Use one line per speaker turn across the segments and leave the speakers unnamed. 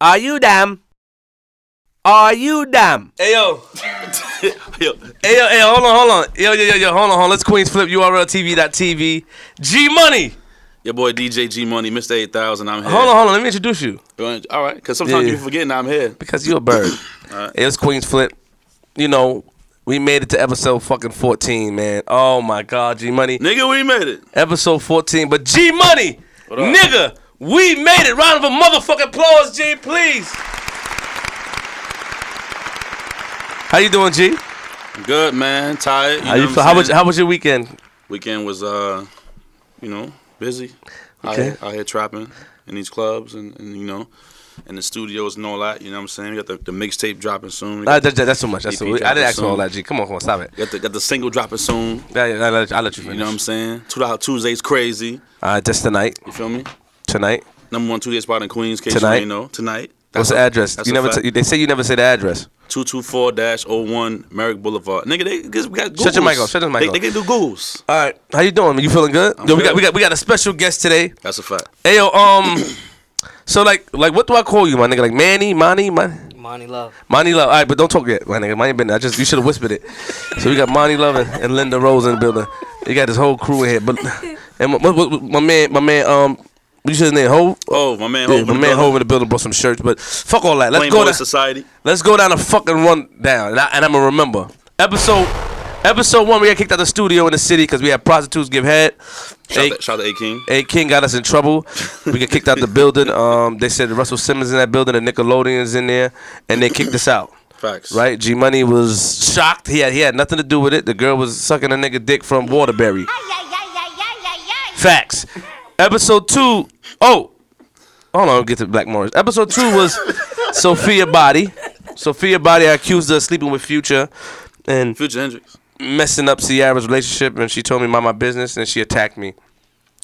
Are you damn? Are you damn?
Hey yo. yo. Hey yo, hey, hold on, hold on. Yo, yo, yo, yo, hold on, hold on. Let's Queens flip URL TV.tv. G Money.
Your boy DJ G Money, Mr. 8000, I'm here.
Hold on, hold on. Let me introduce you.
on. All right, because sometimes
Yeah.
you forget now I'm here.
Because you're a bird.
Alright.
It was Queens Flip. You know, we made it to episode fucking 14, man. Oh my god, G Money.
Nigga, we made it.
Episode 14. But G Money,
up?
nigga, we made it. Round of a motherfucking applause, G, please. How you doing, G?
Good, man. Tired. You
How
know
you
what
feel?
I'm
How was
saying?
how was your weekend?
Weekend was, uh, you know, busy. I
Okay.
had, I had trapping in these clubs and, and, you know, in the studios and all that. You know what I'm saying? We got the, the mixtape dropping soon. We
Nah,
got,
that, that- that's too much. That's
EP
too, I didn't
dropping
ask for all
soon.
that, G. Come on, come on, stop it.
got the, got the single dropping soon.
I, I, I'll let- I'll let you finish.
You know what I'm saying? Two dollar Tuesday's crazy.
uh, just tonight,
You feel me?
tonight.
Number one Tuesday spot in Queens, case
Tonight?
you ain't know. Tonight.
What's the
a-
address?
that's
You
a
never.
fact.
T- they say you never say the address.
224-01 Merrick Boulevard. Nigga, they just got Googles.
Shut your mic off, shut your mic
They,
off.
they can do Googles.
All right, how you doing? man? You feeling good? Yo,
good.
we got we got we got a special guest today.
That's a fact.
Ayo, um, so like like what do I call you, my nigga? Like Manny, Monty, Mon-
Monty Love.
Monty Love. All right, but don't talk yet, my nigga. Monty been. I just you should have whispered it. So we got Monty Love and, and Linda Rose in the building. You got this whole crew in here, but and my, my, my- my man, my man, um, what's his name? Hove.
Oh, my man.
Yeah,
Hov in the
my man
building.
Hove in the building brought some shirts, but fuck all that. Let's
Plain
go.
Boy
down-
Society.
Let's go down a fucking rundown, and, I, and I'm gonna remember episode episode one. We got kicked out of the studio in the city because we had prostitutes give head.
Shout,
A,
out, shout out to A-King.
A King got us in trouble. We got kicked out the building. Um, they said Russell Simmons in that building, and Nickelodeon's in there, and they kicked us out.
Facts.
Right? G Money was shocked. He had he had nothing to do with it. The girl was sucking a nigga dick from Waterbury. Facts. Episode two oh Hold on, get to Black Morris. Episode two was Sophia Body. Sophia Body accused her of sleeping with Future and
Future Hendrix.
messing up Ciara's relationship, and she told me mind my business, and she attacked me.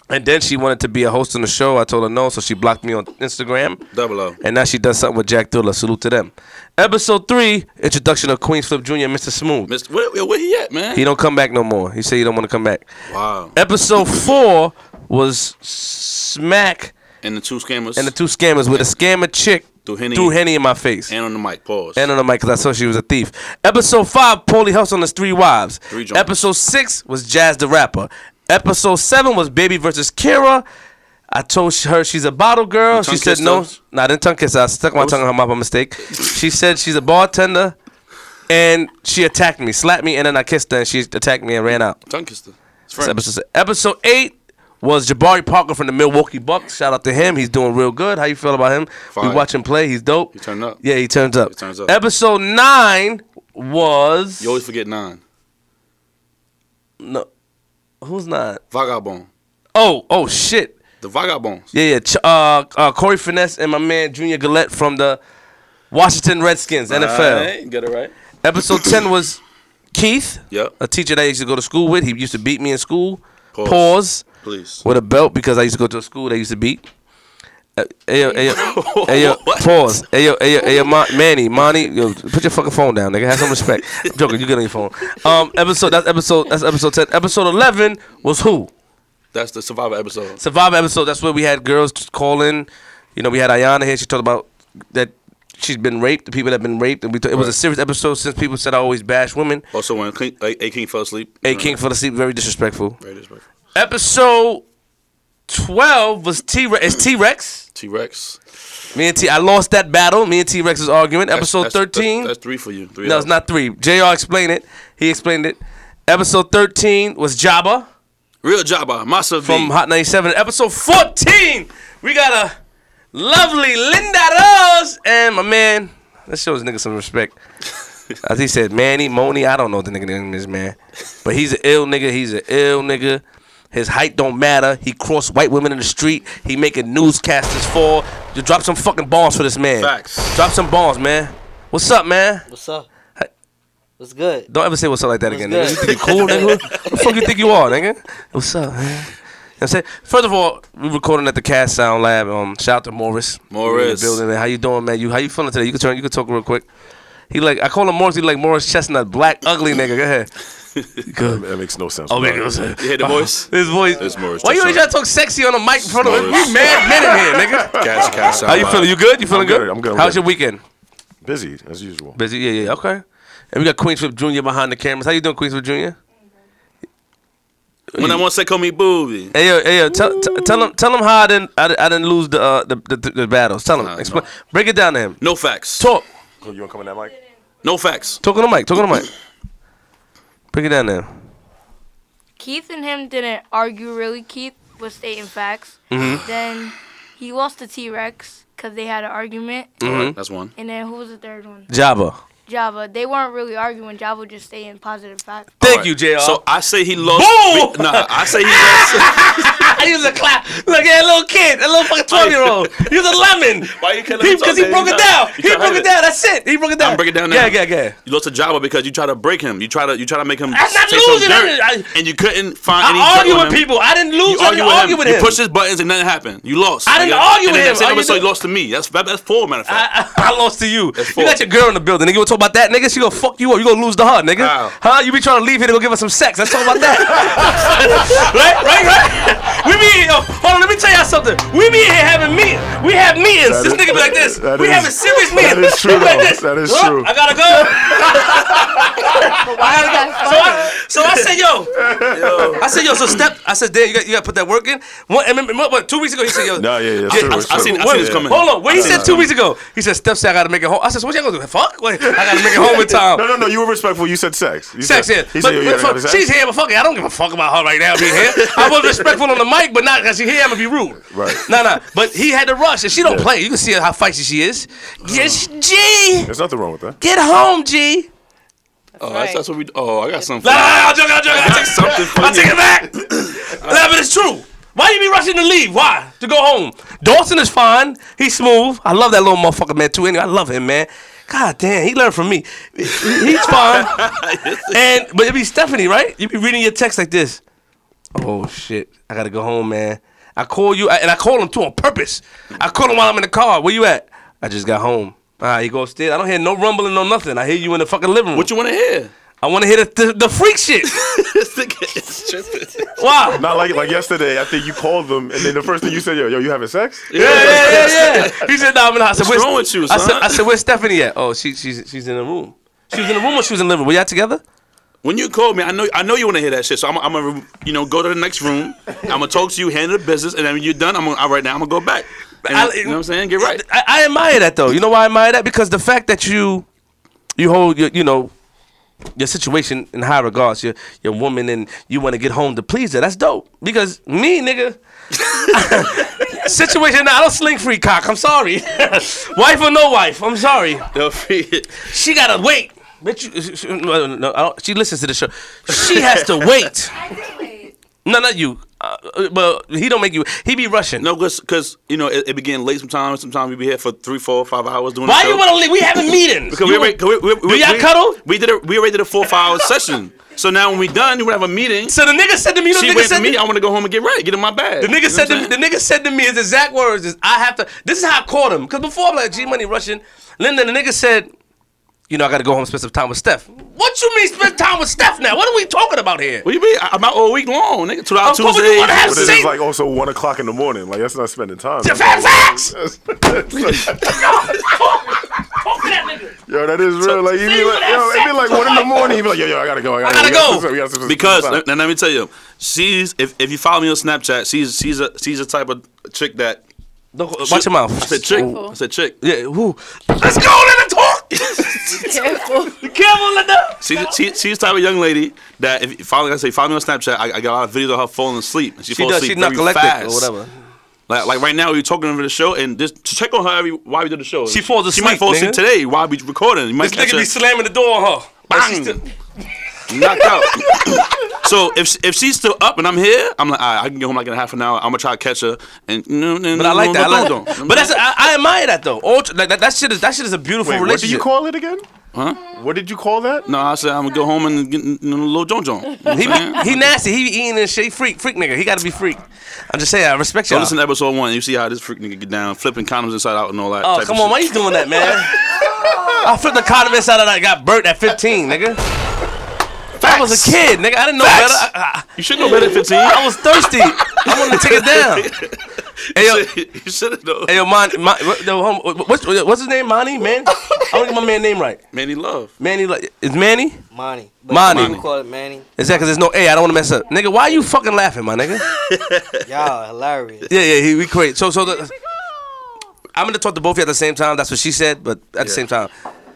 And then she wanted to be a host on the show. I told her no, so she blocked me on Instagram.
Double O.
And now she does something with Jack Dilla. Salute to them. Episode three: Introduction of Queens Flip Jr. and Mr. Smooth.
Mr. Where, where, where he at, man?
He don't come back no more. He said he don't want to come back.
wow.
Episode four was Smack
And the two scammers.
and the two scammers with a scammer chick
Threw Henny.
threw Henny in my face.
And on the mic. Pause.
And on the mic because I saw she was a thief. Episode five, Paulie Hustle and his three wives.
Three joints.
Episode six was Jazz the rapper. Episode seven was Baby versus Kira. I told sh- her she's a bottle girl. She
tongue
said
kissed
no.
her?
Nah, I didn't tongue kiss her. I stuck my tongue in her mouth by mistake. she said she's a bartender, and she attacked me, slapped me, and then I kissed her, and she attacked me and ran out.
Tongue Kister. It's
That's
French.
episode six. Episode eight was Jabari Parker from the Milwaukee Bucks. Shout out to him. He's doing real good. How you feel about him? We
Fire.
watch him play. He's dope. He
turned up.
Yeah, he turns up.
turns up.
Episode nine was
You always forget nine.
no, who's not?
Vagabond.
Oh, oh shit.
The Vagabonds.
Yeah, yeah. Ch- uh, uh, Corey Finesse and my man Junior Gillette from the Washington Redskins NFL.
Alright, Get it right.
Episode ten was Keith.
Yep.
A teacher that I used to go to school with. He used to beat me in school.
Pause.
Pause.
Please.
with a belt because I used to go to a school they used to beat. Uh, Ayo, ayo, ayo,
What?
pause. Ayo, ayo, ayo, Ma- Manny, Monty, yo, put your fucking phone down, nigga. Have some respect. I'm joking, you get on your phone. Um, episode, that's episode, that's episode 10. Episode 11 was who?
That's the Survivor episode.
Survivor episode, that's where we had girls call in. You know, we had Ayana here, she talked about that she's been raped, the people that have been raped. and we t- It was a
Right.
serious episode since people said I always bash women.
Also, when King, a-, a King fell asleep.
A King fell asleep, very disrespectful.
King.
Episode 12 was T Rex. Is T Rex?
T Rex.
Me and T, I lost that battle. Me and T Rex's argument. Episode
That's- that's-
thirteen.
That's, that's three for you. Three
no, it's not three. Jr. explained it. He explained it. Episode thirteen was Jabba
Real Jabba. Masa V.
from Hot ninety seven. Episode fourteen, we got a lovely Linda Rose and my man. Let's show this nigga some respect. As he said, Manny, Moni, I don't know what the nigga name is, man. But he's an ill nigga. He's an ill nigga. His height don't matter. He crossed white women in the street. He making newscasters fall. You drop some fucking bombs for this man.
Facts.
Drop some bombs, man. What's up, man?
What's up? What's good?
Don't ever say what's up like that
What's
again, nigga.
good?
You think you cool, nigga? What the fuck you think you are, nigga? What's up, man? You know what I'm saying? First of all, we recording at the Cast Sound Lab. Um, shout out to Morris.
Morris.
In the building, man. How you doing, man? You how you feeling today? You can turn, you can talk real quick. He like I call him Morris. He like Morris Chestnut, black ugly nigga. Go ahead. Good.
That makes no sense.
Oh,
Right.
man, was, uh,
You hear the voice?
His voice.
It's Morris
Why
Chestnut.
you always try to talk sexy on the mic in front of us?
Morris.
We mad men in here, nigga.
Cash, cash out.
How you
loud.
feeling? You good? You feeling
good, I'm good, I'm
How's
good.
your weekend?
Busy as usual.
Busy. Yeah, yeah. Okay. And we got Queenswhip Junior behind the cameras. How you doing, Queenswhip Junior?
When I want to call me booby.
Hey yo, hey yo, tell, t- tell him, tell him how I didn't, I, di- I didn't lose the, uh, the, the, the, the battles. Tell him,
Nah,
explain,
no.
break it down to him.
No facts.
Talk,
Oh, You want to come in that mic?
No facts.
talk on the mic, talk on the mic. Break it down to him.
Keith and him didn't argue really. Keith was stating facts. Then he lost to T Rex because they had an argument.
Alright, That's one.
And then who was the third one?
Mm-hmm. Jabba.
Java. They weren't really arguing. Java was just stating positive facts.
Thank
Alright,
you, Jr.
So I say he lost.
Boom!
Be- nah, I say he lost.
I use a clap. Look at a little kid, a little fucking twelve year old. He was a lemon.
Why you can't let me talk,
Because he,
man?
broke
You
it
can't-
down.
you
He
can't have
broke it
it.
down. That's it. He broke it down.
break it down
Yeah,
now.
yeah, yeah.
You lost to Java because you tried to break him. You tried to you try to make him.
I'm not
say some
losing.
dirt,
I- I-
and you couldn't find any.
I
dirt
argue
on
with
him.
people. I didn't lose.
You
I
argue
didn't
with,
argue
him.
with
You
him.
push his buttons and nothing happened. You lost.
I
nigga.
didn't argue
And the
with him.
next thing
All
I
you
was- So
did-
you lost to me. That's that- that's four matter of fact.
I, I I lost to you.
That's
You got
false.
your girl in the building, nigga. We talk about that, nigga. She gonna fuck you up. You gonna lose to her, nigga.
How?
Huh? You be trying to leave here to go give her some sex. Let's talk about that. right, right, right. We be yo, hold on. Let me tell y'all something. We be here having meet. We have meetings.
That
this
is-
nigga be like this.
that
we
is-
having serious
that
meetings.
is true,
He Like
though.
this.
That is
Look,
true.
I gotta go. So I, so I said, yo, I said, yo. So step. I said, Dan, you got you got to put that work in. One, and remember, what, two weeks ago, he said, yo.
Nah, yeah, yeah,
Yeah,
true,
I-
it's
I
true.
seen- I
Wait,
seen this coming.
Hold on. What he
I seen
said
this
two weeks ago? He said, Steph said I gotta make it home. I said, so what y'all gonna do? Fuck? Wait, I gotta make it home in time.
No, no, no. You were respectful. You said sex. You
Sex
said,
here.
He
But-
said, yo, you
but
gotta
fuck,
have sex.
she's here, but fuck it. I don't give a fuck about her right now being here. I was respectful on the mic, but not because she's here, I'm gonna be rude.
Right.
No, no. But he had to rush, and she don't
Yeah.
play. You can see how feisty she is. Yes, G,
There's nothing wrong with that.
get home, G.
Oh, that's, that's what we. Oh, I got something.
Nah, nah, nah, I'll joke, I'll joke. I'll take
Something
something. I'll take it back. nah, but it's true. Why you be rushing to leave? Why? To go home. Dawson is fine. He's smooth. I love that little motherfucker, man, too. Anyway, I love him, man. God damn, he learned from me. He's fine. and but it be Stephanie, right? You be reading your text like this. Oh shit, I gotta go home, man. I call you, and I call him too on purpose. I call him while I'm in the car. Where you at? I just got home. Ah, you go upstairs. I don't hear no rumbling, no nothing. I hear you in the fucking living room.
What you want to hear?
I want to hear the, the, the freak shit.
This nigga is tripping.
Wow.
Not like like yesterday. I think you called them, and then the first thing you said, yo, yo, you having sex?
Yeah, yeah, yeah, yeah. He said, "Nah, I'm in the house." I
What's
said, "Where's-
wrong with you,
I said,
son?"
"I said, where's Stephanie at?" Oh, she, she's she's in the room. She was in the room or she was in the living room. Were y'all together?
When you call me, I know I know you want to hear that shit. So I'm, I'm gonna, you know, go to the next room. I'm gonna talk to you, handle the business, and then when you're done, I'm gonna, I, right now, I'm gonna go back. And,
I-
you know what I'm saying? Get right.
I, I admire that though. You know why I admire that? Because the fact that you you hold your you know your situation in high regards, your your woman, and you want to get home to please her. That's dope. Because me, nigga. Situation, I don't sling free cock. I'm sorry. wife or no wife, I'm sorry.
Yo, free-
She gotta wait. Bitch, you- she, no, no, I don't, she listens to the show. She has to wait. No, not you. Uh, uh, but he don't make you. He be rushing.
no, because you know it, it began late sometimes. Sometimes we be here for three, four, five hours doing.
Why
the
you
show.
want to leave? We having meetings.
Because we,
You-
already, 'cause we, we, we,
y'all
we-
cuddle?
We did a, we already did a four five hour session. So now when we done, we have a meeting.
so the nigga said to me. You know,
she
the nigga
waited
said
for me.
to-
I want to go home and get right, get in my bag.
The nigga said to me, the nigga said to me his exact words is I have to. This is how I caught him because before I'm like G Money rushing. Linda, the nigga said, you know I got to go home and spend some time with Steph. What you mean spend time with Steph now? What are we talking about here?
What you mean? I- I'm out all week long, nigga. Two
Of
hours
course you
Tuesday.
wanna have
But then
See-
it's like also one o'clock in the morning. Like that's not spending time.
Fat facts.
It's like-
Talk to that nigga.
yo, that is real. Like you be
you
like,
have
yo, it'd
sex
be like
with
one in the
somebody.
morning. You be like, yo, yo, I gotta go. I gotta,
gotta
we gotta
go.
spend- we gotta spend-
because
spend
and let me tell you, she's if, if you follow me on Snapchat, she's she's a she's a type of chick that
Don't, watch your mouth.
I said chick. I said chick.
Yeah, who? Let's go, let her talk. Careful. Careful, Linda.
She's she, she's the type of young lady that if you follow, like I say follow me on Snapchat. I, I got a lot of videos of her falling asleep. And she,
She
falls
does.
asleep
She's not
very
collected
fast.
or whatever.
Like, like right now, we we're talking over the show, and just check on her every why we did the show.
She falls
She might
asleep,
fall asleep
nigga.
today while we recording. You might
This
catch
nigga
her
be slamming the door on her. But she
Bang.
still-
knocked out. so if she- if she's still up and I'm here, I'm like, all right, I can get home like in half an hour. I'm gonna try to catch her, and no, no,
But I like that. I like that. But that's I, I admire that though. Ultra, like, that, that shit is that shit is a beautiful
Wait, what do you
relationship.
call it again?
huh?
What did you call that?
No, I said I'm gonna go home and get you know, a little John John. You know what I'm
he,
saying?
he nasty. He be eating and shit. He Freak, freak nigga. He got to be freak. I'm just saying. I respect
Go
y'all.
listen to episode one. You see how this freak nigga get down, flipping condoms inside out and all that.
oh
type
come
of
on, why
shit.
you doing that, man? I flipped the condom inside and I got burnt at 15, nigga. I was a kid, nigga. I didn't know
Facts.
better. I,
You should know better than 15.
I- I was thirsty. I wanted to take it down. Hey yo,
you should have known.
hey yo, Mon, Mon, what- yo, hom- what- what's, what's his name? Monty, man. I don't get my man name right.
Manny Love.
Manny, like, is Manny?
Monty. But
Monty.
You call it Manny.
Is that because there's no A? I don't want to mess up, nigga. Why you fucking laughing, my nigga?
Y'all hilarious.
Yeah, yeah, he, we create. So, so the, I'm gonna talk to both of you at the same time. That's what she said, but at the same time,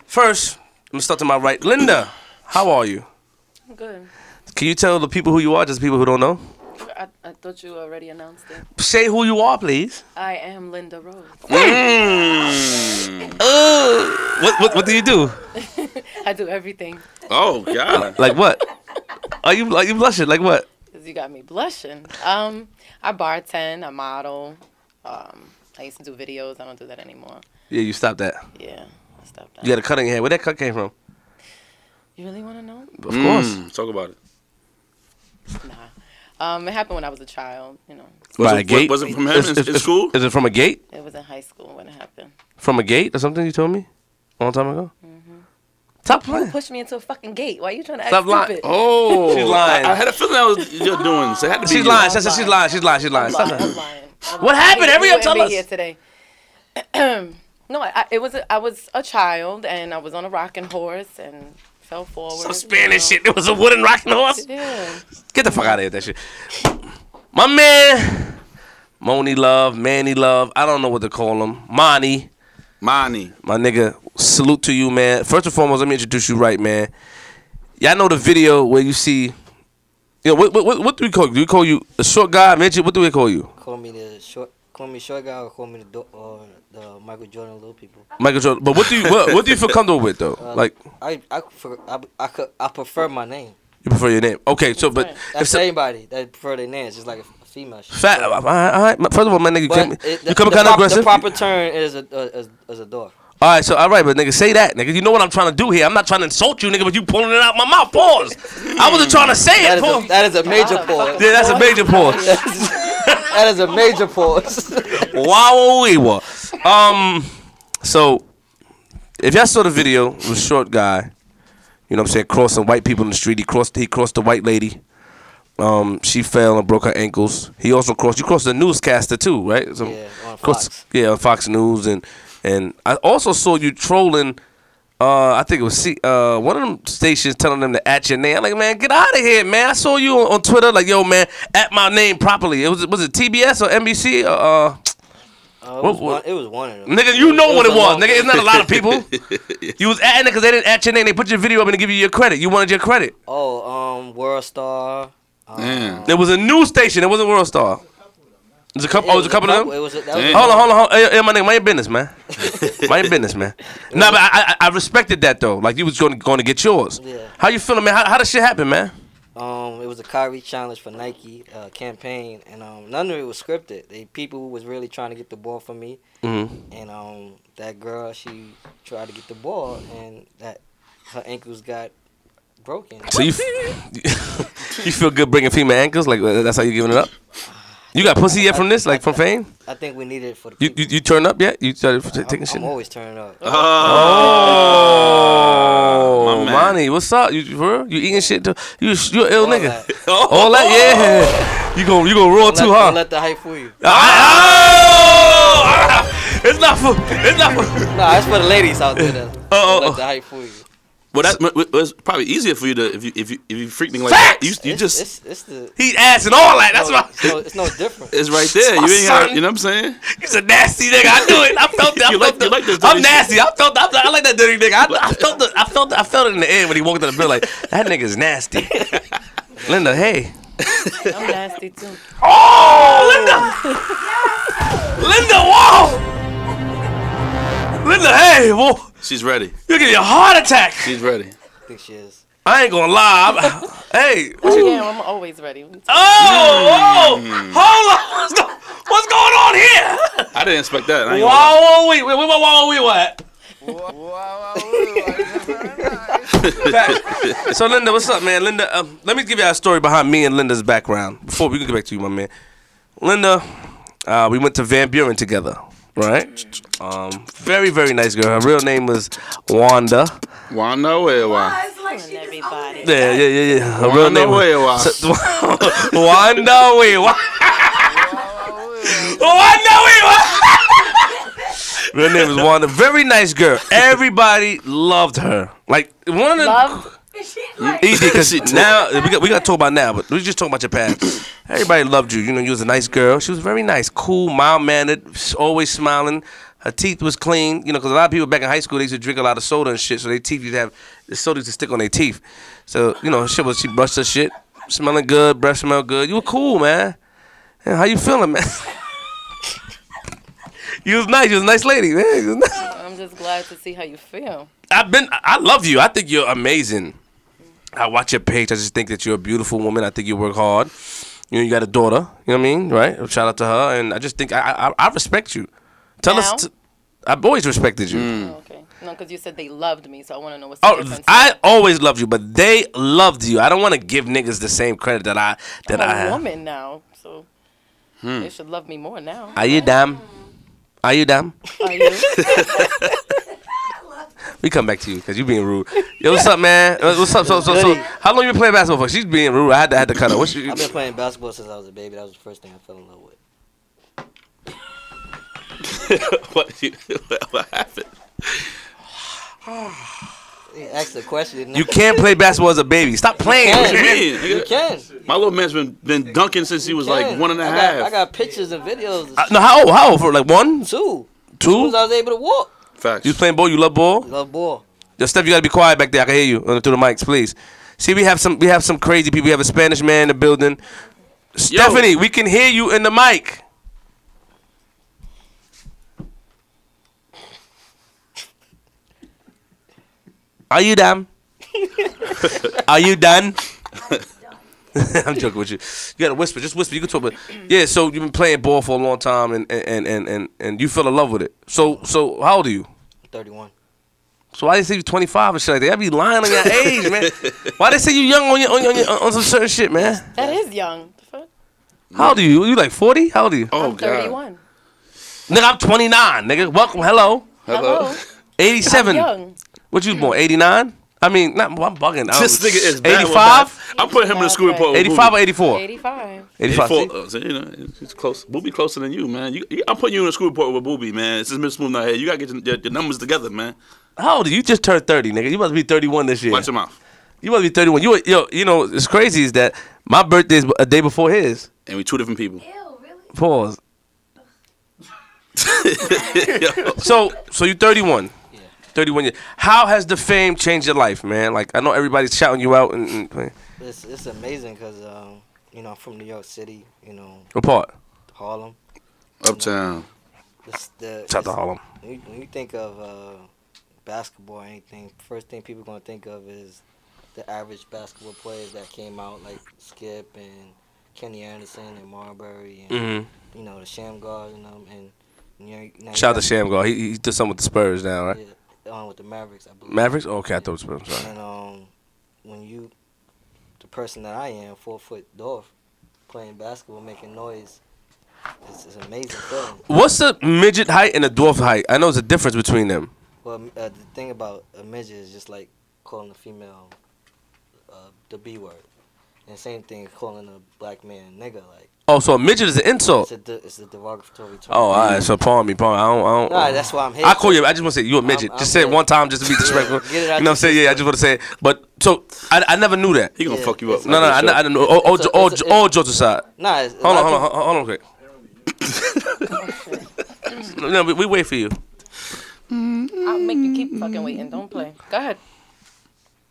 first I'm gonna start to my right. Linda, how are you?
Good.
Can you tell the people who you are, just people who don't know?
I, I thought you already announced it.
Say who you are, please.
I am Linda Rose.
Mm.
What what, what do you do?
I do everything
Oh, God.
Like what? Are you are you blushing? Like what?
because you got me blushing. Um, I bartend, I model. Um, I used to do videos. I don't do that anymore.
Yeah, you stop that.
Yeah, I stopped that.
You got a cut in your hand. Where that cut came from?
You really want to know?
Of course.
Mm, talk about it.
Um, it happened when I was a child. You know,
Was
By
it-
a gate?
was it from him
Is-
in-
is-
in
is-
school?
Is it from a gate?
it was in high school when it happened.
From a gate or something? You told me a long time ago. Stop playing.
Pushed me into a fucking gate. Why are you trying to act
Stop lying.
stupid?
Oh.
She's lying.
I, I had a feeling that was your doing. So it had to be you.
She's lying. She's she's lying. She's lying. She's lying.
I'm
Stop
lying.
that.
I'm lying. I'm
What
lying.
happened?
You-
Hurry
you
up, tell
wouldn't
us.
Be here today. no, I, I- it was a, I was a child and I was on a rocking horse and fell forward.
Some
you
Spanish
know.
shit. It was a wooden rocking horse.
Yeah.
Get the fuck out of here with that shit. My man, Moni Love, Manny Love. I don't know what to call him. Monty,
Money.
my nigga. Salute to you, man. First and foremost, let me introduce you right, man. Y'all know the video where you see. You know, what, what, what, what do we call you? Do we call you a short guy, midget? What do we call you?
Call me the short. Call me short guy or call me the do- or the Michael Jordan little people.
Michael Jordan. But what do you what, what do you feel comfortable with though?
Uh,
Like
I I, prefer, I I could- I prefer my name.
you prefer your name? Okay, so but if
That's
so,
anybody that prefer their name. It's just like a f- female. Shit.
fat. All right, all right. First of all, my nigga, you,
But
came,
it-
you coming
the
kind
prop-
of aggressive.
The proper turn is a uh, is, is a dog.
All right, so all right, but nigga, say that, nigga. You know what I'm trying to do here? I'm not trying to insult you, nigga, but you pulling it out my mouth. Pause. I wasn't trying to say
That
it.
is
Pause.
a, that is a major pause.
yeah, that's a major pause.
that is a major Uh, pause.
Wow, we were. Um, so if y'all saw the video, it was short guy. You know what I'm saying? Crossing white people in the street. He crossed. He crossed the white lady. Um, she fell and broke her ankles. He also crossed. You crossed the newscaster too, right? So,
Yeah, on
crossed-
Fox.
Yeah, on Fox News and and I also saw you trolling. Uh, I think it was C, uh, one of them stations telling them to at your name. I'm like, man, get out of here, man. I saw you on, on Twitter, like, yo, man, at my name properly. It was was it TBS or NBC? Uh,
Uh,
uh,
it,
What-
was
what-
one, it was one of them.
Nigga, you know
It
what it
a
was.
long-
Nigga, it's not a lot of people. You was at it because they didn't at your name. They put your video up and they give you your credit. You wanted your credit.
Oh, um, World Star. Um,
Damn.
There was a news station. It wasn't World Star. There's a couple. Oh, there's a couple of them.
It was a, that
Damn.
was
Hold on, hold on, hold on. Hey, hey, my nigga, mind your business, man. mind your business, man. Nah, but I, I, I respected that though. Like you was going, going to get yours.
Yeah.
How you feeling, man? How, how does shit happen, man?
Um, it was a Kyrie challenge for Nike uh, campaign, and um, none of it was scripted. They people was really trying to get the ball from me,
Mm-hmm.
and um, that girl she tried to get the ball, and that her ankles got broken.
So you, f- you feel good bringing female ankles? Like uh, that's how you giving it up? You got pussy yet from this? Like from fame?
I think we needed it for the
You
people.
you, you turned up yet? You started f-
I'm,
taking shit?
I'm always turning up.
Oh,
My man.
Monty, what's up? You, you for real? You eating shit? Too? You you an ill
All
nigga?
that.
All that? Yeah. You gon' you gon' roll
Don't let,
too,
don't
huh?
let the hype fool you.
Ah, ah, It's not for. It's not for.
Nah, it's for the ladies out there. That,
oh,
don't
oh.
let the hype fool you.
Well, that m- w- was probably easier for you to if you if you if you freak thing like
Facts!
that. You, you
it's,
just it's,
it's, it's the
He ass and all that. That's
no,
why
it's, no, it's no different.
right there. You
My
ain't got,
son.
you know what I'm saying?
he's a nasty nigga. I knew it. I felt that. I
You
felt
like-
that.
you like this
I'm
dirty shit.
nasty. I felt. I, I like that dirty nigga. I, I felt. The, I felt. I felt it in the air when he walked in the building. Like that nigga's nasty. Linda, hey.
I'm nasty too.
Oh, Linda! Linda, whoa! Linda, hey, whoa!
She's ready.
You're getting a heart attack!
She's ready.
I think she is.
I ain't gonna lie. I'm- hey!
Yeah, I'm always ready.
Oh, oh! Hold on! What's going on here?
I didn't expect that. I ain't gonna lie.
Wow, we, we, we, wow, we, what? Fact. so Linda, what's up, man? Linda, um, let me give you a story behind me and Linda's background before we can get back to you, my man. Linda, uh, we went to Van Buren together, right? Um, very, very nice girl. Her real name was Wanda.
Why no way? Why?
Everybody.
Yeah, yeah, yeah, yeah. A real
Wanda
name.
Way, wow.
So- Wanda Way. Wa- Wanda Way. Wa- Real name is Wanda. Very nice girl. Everybody loved her. Like one of the
Love.
easy because now we got, we got to talk about now, but we just talking about your past. Everybody loved you. You know, you was a nice girl. She was very nice, cool, mild mannered, always smiling. Her teeth was clean. You know, because a lot of people back in high school they used to drink a lot of soda and shit, so their teeth used to have the soda used to stick on their teeth. So you know, shit was she brushed her shit, smelling good, breath smelled good. You were cool, man. Yeah, how you feeling, man? you was nice. You was a nice lady, man. You was nice.
I'm just glad to see how you feel.
I've been. I love you. I think you're amazing. I watch your page. I just think that you're a beautiful woman. I think you work hard. You know, you got a daughter. You know what I mean, right? Shout out to her. And I just think I I, I respect you. Tell
Now? Oh,
us. T- I've always respected you.
Okay. No, because you said they loved me, so I want to know what's the
Oh,
difference.
I always loved you, but they loved you. I don't want to give niggas the same credit that I that
I'm
I
a
have. Hmm.
woman now, so they should love me more now.
Are you damn? Are you damn?
Are you?
We come back to you because you being rude. Yo, what's up, man? Uh, What's up? So, so, so, how long you been playing basketball for? She's being rude. I had to, I had to cut her. What's your,
I've been playing basketball since I was a baby. That was the first thing I fell in love with.
what, what happened?
You asked the question. didn't
You can't play basketball as a baby. Stop playing.
What you mean?
I? You
nigga?
can.
My little man's been, been dunking since he was like
can.
one and a
I
half.
Got, I got pictures and videos.
Uh, no, how old? How old? For like
Two.
one,
As soon as
two?
I was able to walk. Oh,
Facts.
You was playing ball. You love ball.
Love ball.
Yo, Steph, you gotta be quiet back there. I can hear you uh, through the mics, please. See, we have some. We have some crazy people. We have a Spanish man in the building. Stephanie, we can hear you in the mic. Are you done? Are you done? I'm joking with you. You gotta whisper, just whisper. You can talk, but yeah. So you've been playing ball for a long time, and and and and and you fell in love with it. So so how old are you?
31.
So why they say you 25 and shit like that? I be lying on your age, man. Why they say you young on your on, your, on, your, on some certain shit, man?
that is young. The fuck?
How old are you? You like 40? How old are you?
oh
I'm
god.
31.
Nigga, I'm 29. Nigga, welcome. Hello,
Hello.
87.
Young.
What you born? 89? I mean, not. I'm bugging. I
This
was-
nigga is bad with math.
85.
I'm putting him in the school report.
85 or 84?
85.
85.
84. Uh, so, you know, it's close. Booby closer than you, man. You, you- I'm putting you in a school report with Booby, man. Since Miss Smooth not here, you gotta get your, your, your numbers together, man.
How old are you? You just turned 30, nigga. You must be 31 this year.
Watch your mouth.
You must be 31. You yo, you know, it's crazy is that my birthday is a day before his.
And we two different people.
Pause.
Yo.
So, so you're 31.
Yeah.
31 years. How has the fame changed your life, man? Like, I know everybody's shouting you out and, and playing.
It's, it's amazing because, um, you know, I'm from New York City, you know,
Report.
Harlem.
Uptown.
It's the,
Shout out to
it's-
Harlem.
When you, when you think of uh, basketball or anything, first thing people gonna think of is the average basketball players that came out, like Skip and Kenny Anderson and Marbury, and
Mm-hmm.
you know the Shamgar and them. And you know, now you
Shout out
got-
to Shamgar. He, he did something with the Spurs now, right?
yeah, on with the Mavericks, I believe.
Mavericks? Oh, okay, I thought it was Spurs. Sorry.
And um, when you, the person that I am, four foot dwarf, playing basketball, making noise, it's, it's an amazing feeling.
What's the midget height and the dwarf height? I know there's a difference between them.
Well, uh, the thing about a midget is just like calling a female uh, the B word, and same thing calling a black man nigga. Like
Oh, so a midget is an insult.
it's a de- it's a derogatory term.
Oh, all right. So pardon me, pardon me. I don't. I
Nah,
don't
that's why I'm here.
I call you. I just want to say you a midget.
I'm-
just
I'm
say it
here.
one time, just to be disrespectful.
get it out
you know
your
what I'm saying? Yeah, I just
system.
want to say. It. But so I, I never knew that.
He gonna
Yeah,
fuck you up.
it's
No, no, I, I didn't know. Oh, oh,
It's a-
oh,
it's a-
oh, jokes aside.
Nah, it's, a
Hold on,
lot
hold
of
on, hold on, quick. no, we, we wait for you.
I'll make you keep fucking waiting. Don't play. Go ahead.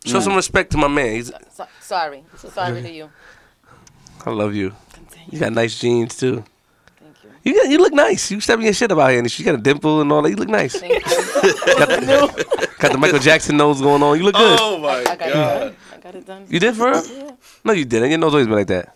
Show some respect to my man. He's,
So, sorry. So sorry to you.
I love you.
Continue.
You got nice jeans too.
Thank you.
You got, you look nice. You stepping your shit about here, and you got a dimple and all that. You look nice.
Thank you.
Got the Michael Jackson nose going on. You look good.
Oh my
I got it done. I got it done.
You did for real?
Yeah.
No, you didn't. Your nose always been like that.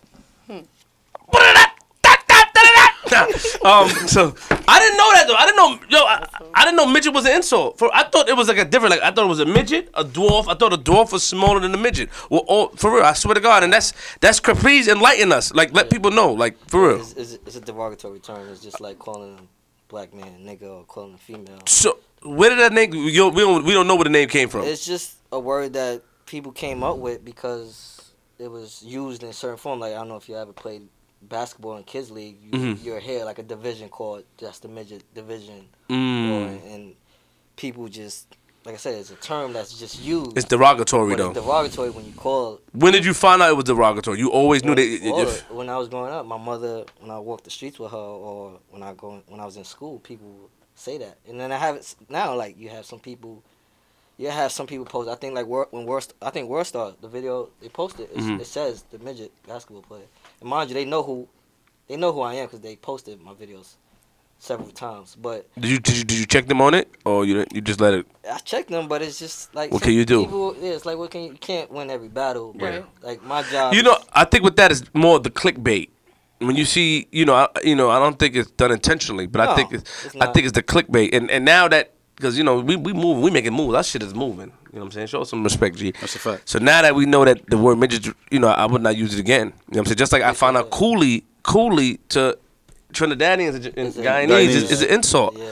um, so I didn't know that though. I didn't know, yo, I, I didn't know midget was an insult. For I thought it was like a different, like I thought it was a midget, a dwarf. I thought a dwarf was smaller than a midget. Well, oh, for real, I swear to God, and that's that's cra- please enlighten us. Like let people know, like for real.
It's, it's, it's a derogatory term. It's just like calling a black man nigga or calling a female.
So where did that name? Yo, we don't we don't know where the name came from.
It's just a word that people came up with because it was used in certain form. Like I don't know if you ever played basketball in kids league. You,
Mhm.
You're here like a division called just the midget division,
Mm.
or, and people just like I said, it's a term that's just used.
It's derogatory
but
though.
it's derogatory when you call.
when did you find out it was derogatory? You always knew
When,
that. It, it-
or
it-
when I was growing up, my mother, when I walked the streets with her, or when I go when I was in school, people would say that. And then I have it s- now. Like you have some people, you have some people post. I think like Wor- when worst, I think worst star the video they posted. It,
Mhm.
it says the midget basketball player. And mind you, they know who, they know who I am because they posted my videos several times. But
did you did you did you check them on it or you you just let it?
I checked them, but it's just like
What
some
can you do?
People, yeah, it's like what can you, you can't win every battle. But
Right.
like my job,
You know, I think with that is more the clickbait. When you see, you know, I, you know, I don't think it's done intentionally, but I
No,
think it's,
it's
I
not.
think it's the clickbait. And and now that because you know we we move, we making moves. That shit is moving. You know what I'm saying? Show some respect, G.
That's a fact.
So now that we know that the word midget, you know, I would not use it again. You know what I'm saying? Just like I found out coolie, coolie to Trinidadians and, and
It's a-
Guyanese is,
Guyanese.
is an insult. Uh,
Yeah.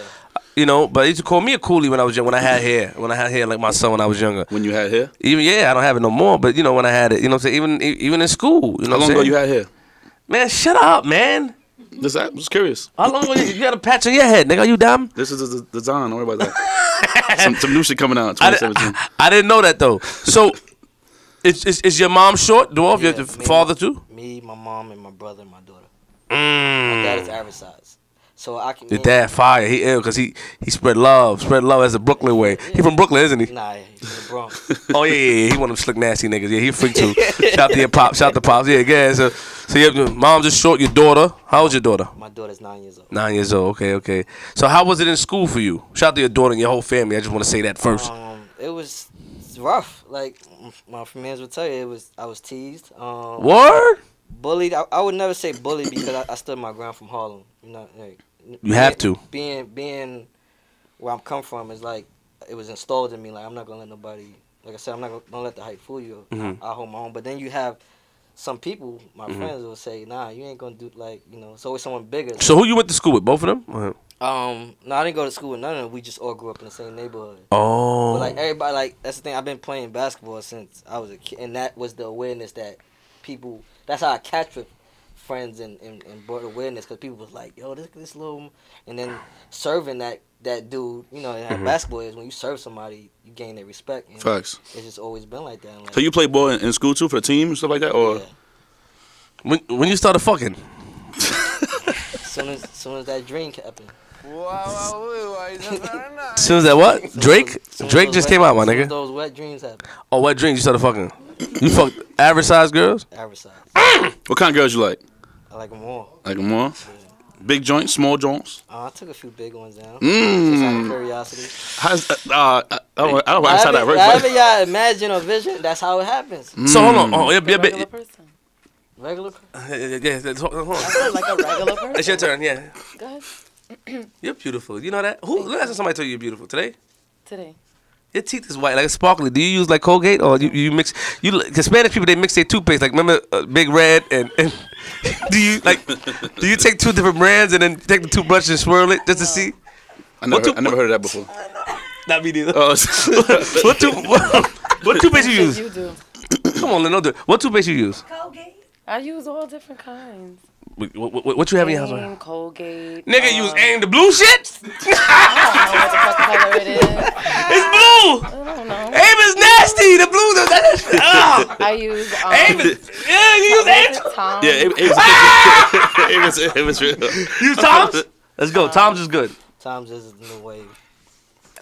You know, but they used to call me a coolie when I was young, when I had hair, when I had hair like my son when I was younger.
When you had hair?
Even yeah, I don't have it no more. But you know when I had it, you know what I'm saying. Even e- even in school, you know
How
what
long
I'm
ago
saying.
you had hair?
man, shut up, man.
This, I'm just curious.
How long ago you, you got a patch on your head, nigga? Are you dumb?
This is the design. Don't worry about that. some, some new shit coming out. in
I, di-
2017.
I didn't know that though. So, is is, is your mom short, dwarf?
Yeah,
your
me-
father too?
Me, my mom, and my brother, and my daughter. My dad is
Mm.
average size, so I can.
Your dad fire. He ill because he he spread love, spread love as a Brooklyn way. He from Brooklyn, isn't he?
Nah, he's from the Bronx.
Oh yeah, yeah, yeah. He one of them slick nasty niggas. Yeah, he a freak too. shout to your pop, shout to pops. Yeah, yeah. So, so your mom's just short. Your daughter, how old's your daughter?
my daughter's nine years old.
Nine years old. Okay, okay. So how was it in school for you? Shout out to your daughter and your whole family. I just want to say that first.
Um, it was it's rough. Like m- my friends would tell you, it was I was teased, um,
Word?
bullied. I, I would never say bullied because I, I stood my ground from Harlem. You know, like,
You have to.
Being being where I'm come from is like it was installed in me. Like I'm not gonna let nobody. Like I said, I'm not gonna, gonna let the hype fool you.
Mhm.
I, I hold my own. But then you have some people, my
Mm-hmm.
friends, will say, "Nah, you ain't gonna do like you know." It's always someone bigger.
So who you went to school with? Both of them? Uh-huh.
Um, no, I didn't go to school with none of them. We just all grew up in the same neighborhood.
Oh.
But like everybody, like that's the thing. I've been playing basketball since I was a kid, and that was the awareness that people. That's how I catch with friends and and, and brought awareness because people was like, "Yo, this this little," and then serving that that dude. You know, and
Mm-hmm.
how basketball is when you serve somebody, you gain their respect. And
Facts.
It's just always been like that. and, Like,
So you play ball in, in school too for the team and stuff like that, or
yeah.
when when you started fucking?
soon as soon as that dream happened,
As soon as that what?
Soon as
Drake?
those- soon as
Drake
those
just
wet-
came out, my
soon as
nigga.
Those wet dreams happened.
Oh, what drink? You started fucking. You fucked average sized girls?
Average size.
what kind of girls you like?
I like them all.
Like more big joints, small joints.
Uh, I took a few big ones down.
Mm.
Just out of
Mmm.
curiosity.
How's uh, uh, I don't, I don't know how
However,
that works.
however
but- Mm.
y'all imagine a vision, that's how it happens.
So hold on. Oh, yeah,
A
yeah, yeah,
regular person.
Regular.
Uh, yeah, yeah, yeah, yeah, hold on, hold on.
Like a regular person.
It's your turn, yeah.
Go ahead.
You're beautiful. You know that? Who look at somebody told you you're beautiful today?
Today.
Your teeth is white, like it's sparkly. Do you use like Colgate or you, you mix? You li- 'cause Spanish people they mix their toothpaste. Like remember uh, Big Red and, and do you like do you take two different brands and then take the toothbrush and swirl it just to see?
I never, heard,
What the-
I never heard of that before.
Not me neither.
Uh,
what tooth? What, what toothpaste you use?
You do.
Come on, Lynn, don't do it. What toothpaste you use?
I use all different kinds.
What, what, what you have in your house? right now?
Aim, Colgate.
Nigga,
um,
use aim the blue shit.
I don't know what the fuck color it is.
It's blue.
I don't know.
Aim is nasty. The blue. The, that, ah.
I use um,
Aim is. Yeah, you use aim.
Tom.
yeah, it, it was, it was, it was real.
Use Tom's. Let's go. Tom's is good.
Times is the new wave.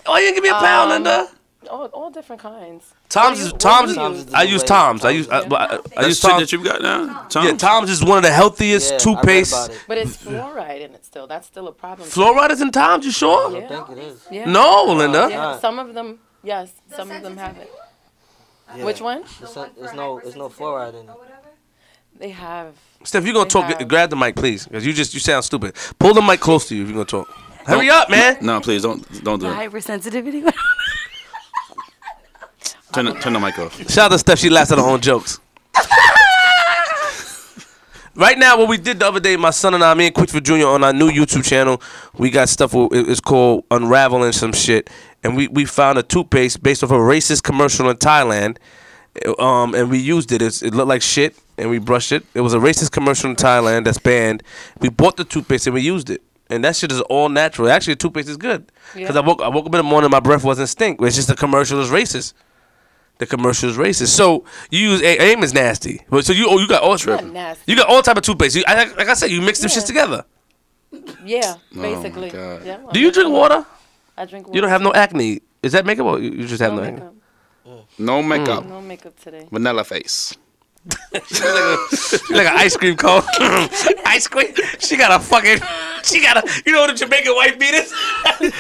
Oh, you give me a
Um,
pound, Linda.
All, all different kinds.
Tom's is Tom's.
Tom's
is,
is the
I
new
use
way.
Tom's. I
Tom's
use
is
I,
the
I, I, I
That's
use
shit
Tom's.
that you got now. Tom?
Yeah, Tom's is one of the healthiest
Yeah,
toothpaste.
I read about it.
But it's fluoride in it still. That's still a problem.
Fluoride is in Tom's. You sure?
I
Yeah.
think it is.
yeah.
No, Linda.
Yeah.
Alright.
Some of them, yes. Some of them have it.
Yeah.
Which one?
It's, not- it's no, it's no fluoride in it.
They have.
Steph, you gonna
They
talk?
have-
Grab the mic, please, because you just you sound stupid. Pull the mic close to you if you're gonna talk. Hurry up, man.
No, please don't, don't do it.
Hypersensitivity.
Turn, the- turn the mic off.
Shout out to Steph. She laughs at her own jokes. Right now, what we did the other day, my son and I, me and Quick for Junior, on our new YouTube channel, we got stuff. wh- it- It's called Unraveling Some Shit, and we we found a toothpaste based off a racist commercial in Thailand, um, and we used it. It's, it looked like shit, and we brushed it. It was a racist commercial in Thailand that's banned. We bought the toothpaste and we used it, and that shit is all natural. Actually, toothpaste is good because I woke I woke up in the morning, my breath wasn't stink. It's just the commercial is racist. The commercial is racist. So you use a- aim is nasty, but so you oh you got all
not
tripping.
nasty.
You got all type of toothpaste. You, I, like I said, you mix them
Yeah.
shits together.
Yeah, basically.
Oh, God.
Yeah, well,
Oh Do you drink water?
I drink water.
You don't have no acne. Is that makeup or you you just have no,
no
acne?
makeup.
No makeup.
No makeup today.
Vanilla face.
She like an ice cream cone. ice cream. She got a fucking. She got a. You know what a Jamaican white beat is?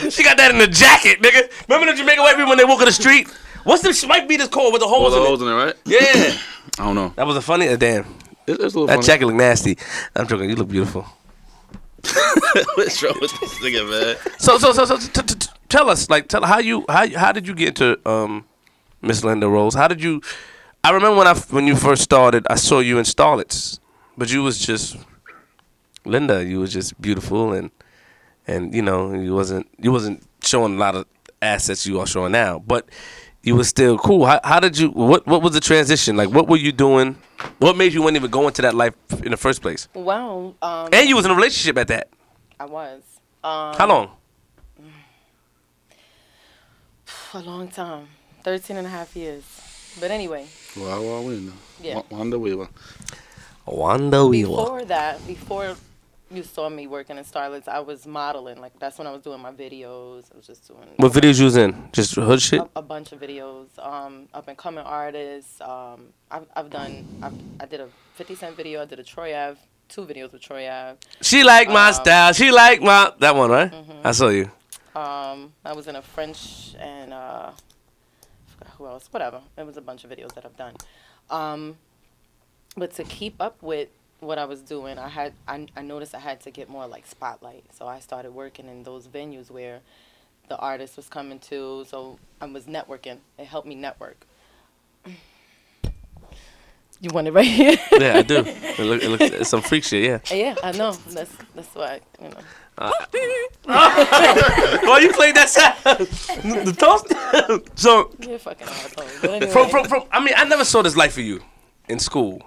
she got that in the jacket, nigga. Remember the Jamaican white beat when they walk in the street? What's the white beat is called with the
All
holes
the
in it?
holes in it, right?
Yeah.
I don't know.
That was a funny. uh, damn.
It's, it's a little
That
funny.
jacket look nasty. I'm joking. You look beautiful.
What's wrong with this nigga, man?
So so so so. T- t- t- tell us, like, tell how you how how did you get into um, Miss Linda Rose? How did you? I remember when I f- when you first started, I saw you in Starlets, but you was just Linda. You was just beautiful and and you know you wasn't you wasn't showing a lot of assets you are showing now, but you was still cool. How, how did you? What what was the transition? Like, what were you doing? What made you want to even go into that life in the first place?
Well, um,
And you was in a relationship at that.
I was. Um,
How long?
for a long time 13 and a half years. But anyway,
Wow, wow, we know.
Yeah.
Wa- Wanda Weaver. Oh,
Wanda
before that, before you saw me working in Starlets, I was modeling. Like, that's when I was doing my videos. I was just doing
What videos you was in? Just hood shit?
a, a bunch of videos. Um, up and coming artists. Um, I've, I've done, I've, I did a 50 Cent video, I did a Troy Ave, two videos with Troy Ave.
She like my
Um,
style. She like my that one, right?
Mm-hmm.
I saw you.
Um, I was in a French and uh, I forgot who else? Whatever. It was a bunch of videos that I've done. Um, but to keep up with what I was doing, I had I, I noticed I had to get more like spotlight. So I started working in those venues where the artist was coming to. So I was networking. It helped me network. You want it right here?
Yeah, I do. It look, it looks it's some freak shit, yeah.
yeah, I know. That's that's why you know.
Why you played that sound? the toast. so
You're a fucking asshole. But anyway,
from, from from I mean, I never saw this life for you in school.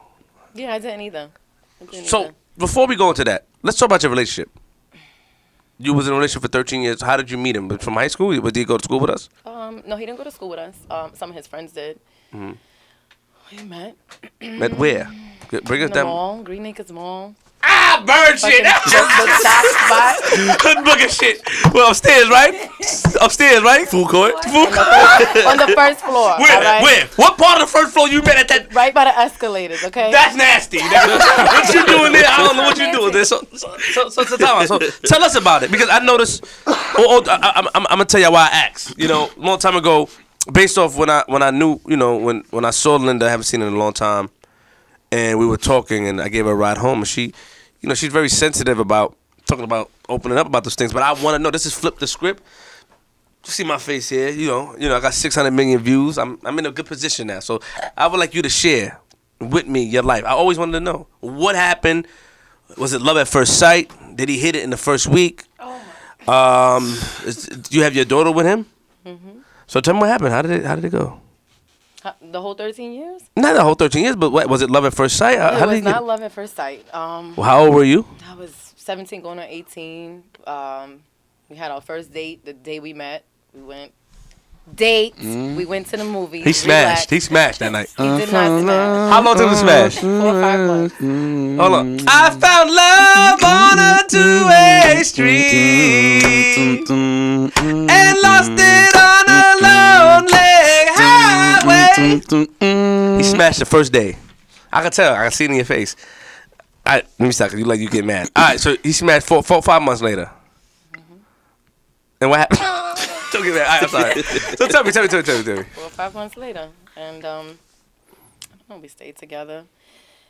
yeah, I didn't either. I didn't
So
either.
before we go into that, let's talk about your relationship. You was in a relationship for 13 years. How did you meet him? From high school? Did he go to school with us?
Um, no, he didn't go to school with us. Um, some of his friends did.
Oh,
We met
At Mm-hmm. where? Bring us
Mm-hmm. in the
down.
mall, Green Acres Mall.
Ah, bird shit.
Fucking Facebook stop spot.
Good book and shit. Well, upstairs, right? upstairs, right? Food court. Food court.
on the first floor.
Where?
all right?
Where? What part of the first floor you met at that?
Right by the escalators. Okay.
That's nasty. what you doing there? I don't know what you doing there. So, so, so, so, so, tell us- so tell us about it because I noticed. Oh, oh I, am I'm, I'm gonna tell you why I asked. You know, a long time ago, based off when I when I knew, you know, when when I saw Linda, I haven't seen her in a long time, and we were talking, and I gave her a ride home, and she, you know, she's very sensitive about talking about opening up about those things. But I want to know. This is flip the script. You see my face here, you know, you know, I got 600 million views. I'm, I'm in a good position now. So I would like you to share with me your life. I always wanted to know what happened. Was it love at first sight? Did he hit it in the first week?
Oh
Um, is, do you have your daughter with him?
Mm-hmm.
So tell me what happened. How did it, how did it go?
Huh, The whole 13 years.
Not the whole 13 years, but what, was it love at first sight? Uh, How,
It
how did
was
you get-
not love at first sight. Um,
Well, how old were you?
I was 17, going on 18. Um, we had our first date the day we met. We went date. We went to the movie.
Mm. He smashed. He smashed that night.
He did not smash.
How long did it smash?
Four or five months.
Hold on. I found love on a two-way street and lost it on a lonely highway. He smashed the first day. I can tell. I can see it in your face. I, let me stop. 'cause You like you get mad. All right. So he smashed four, four, five months later. Mm-hmm. And what happened? Don't get mad. All right, I'm sorry. So tell me, tell me, tell me, tell me, tell me.
four or five months later, and um, I don't know, we stayed together.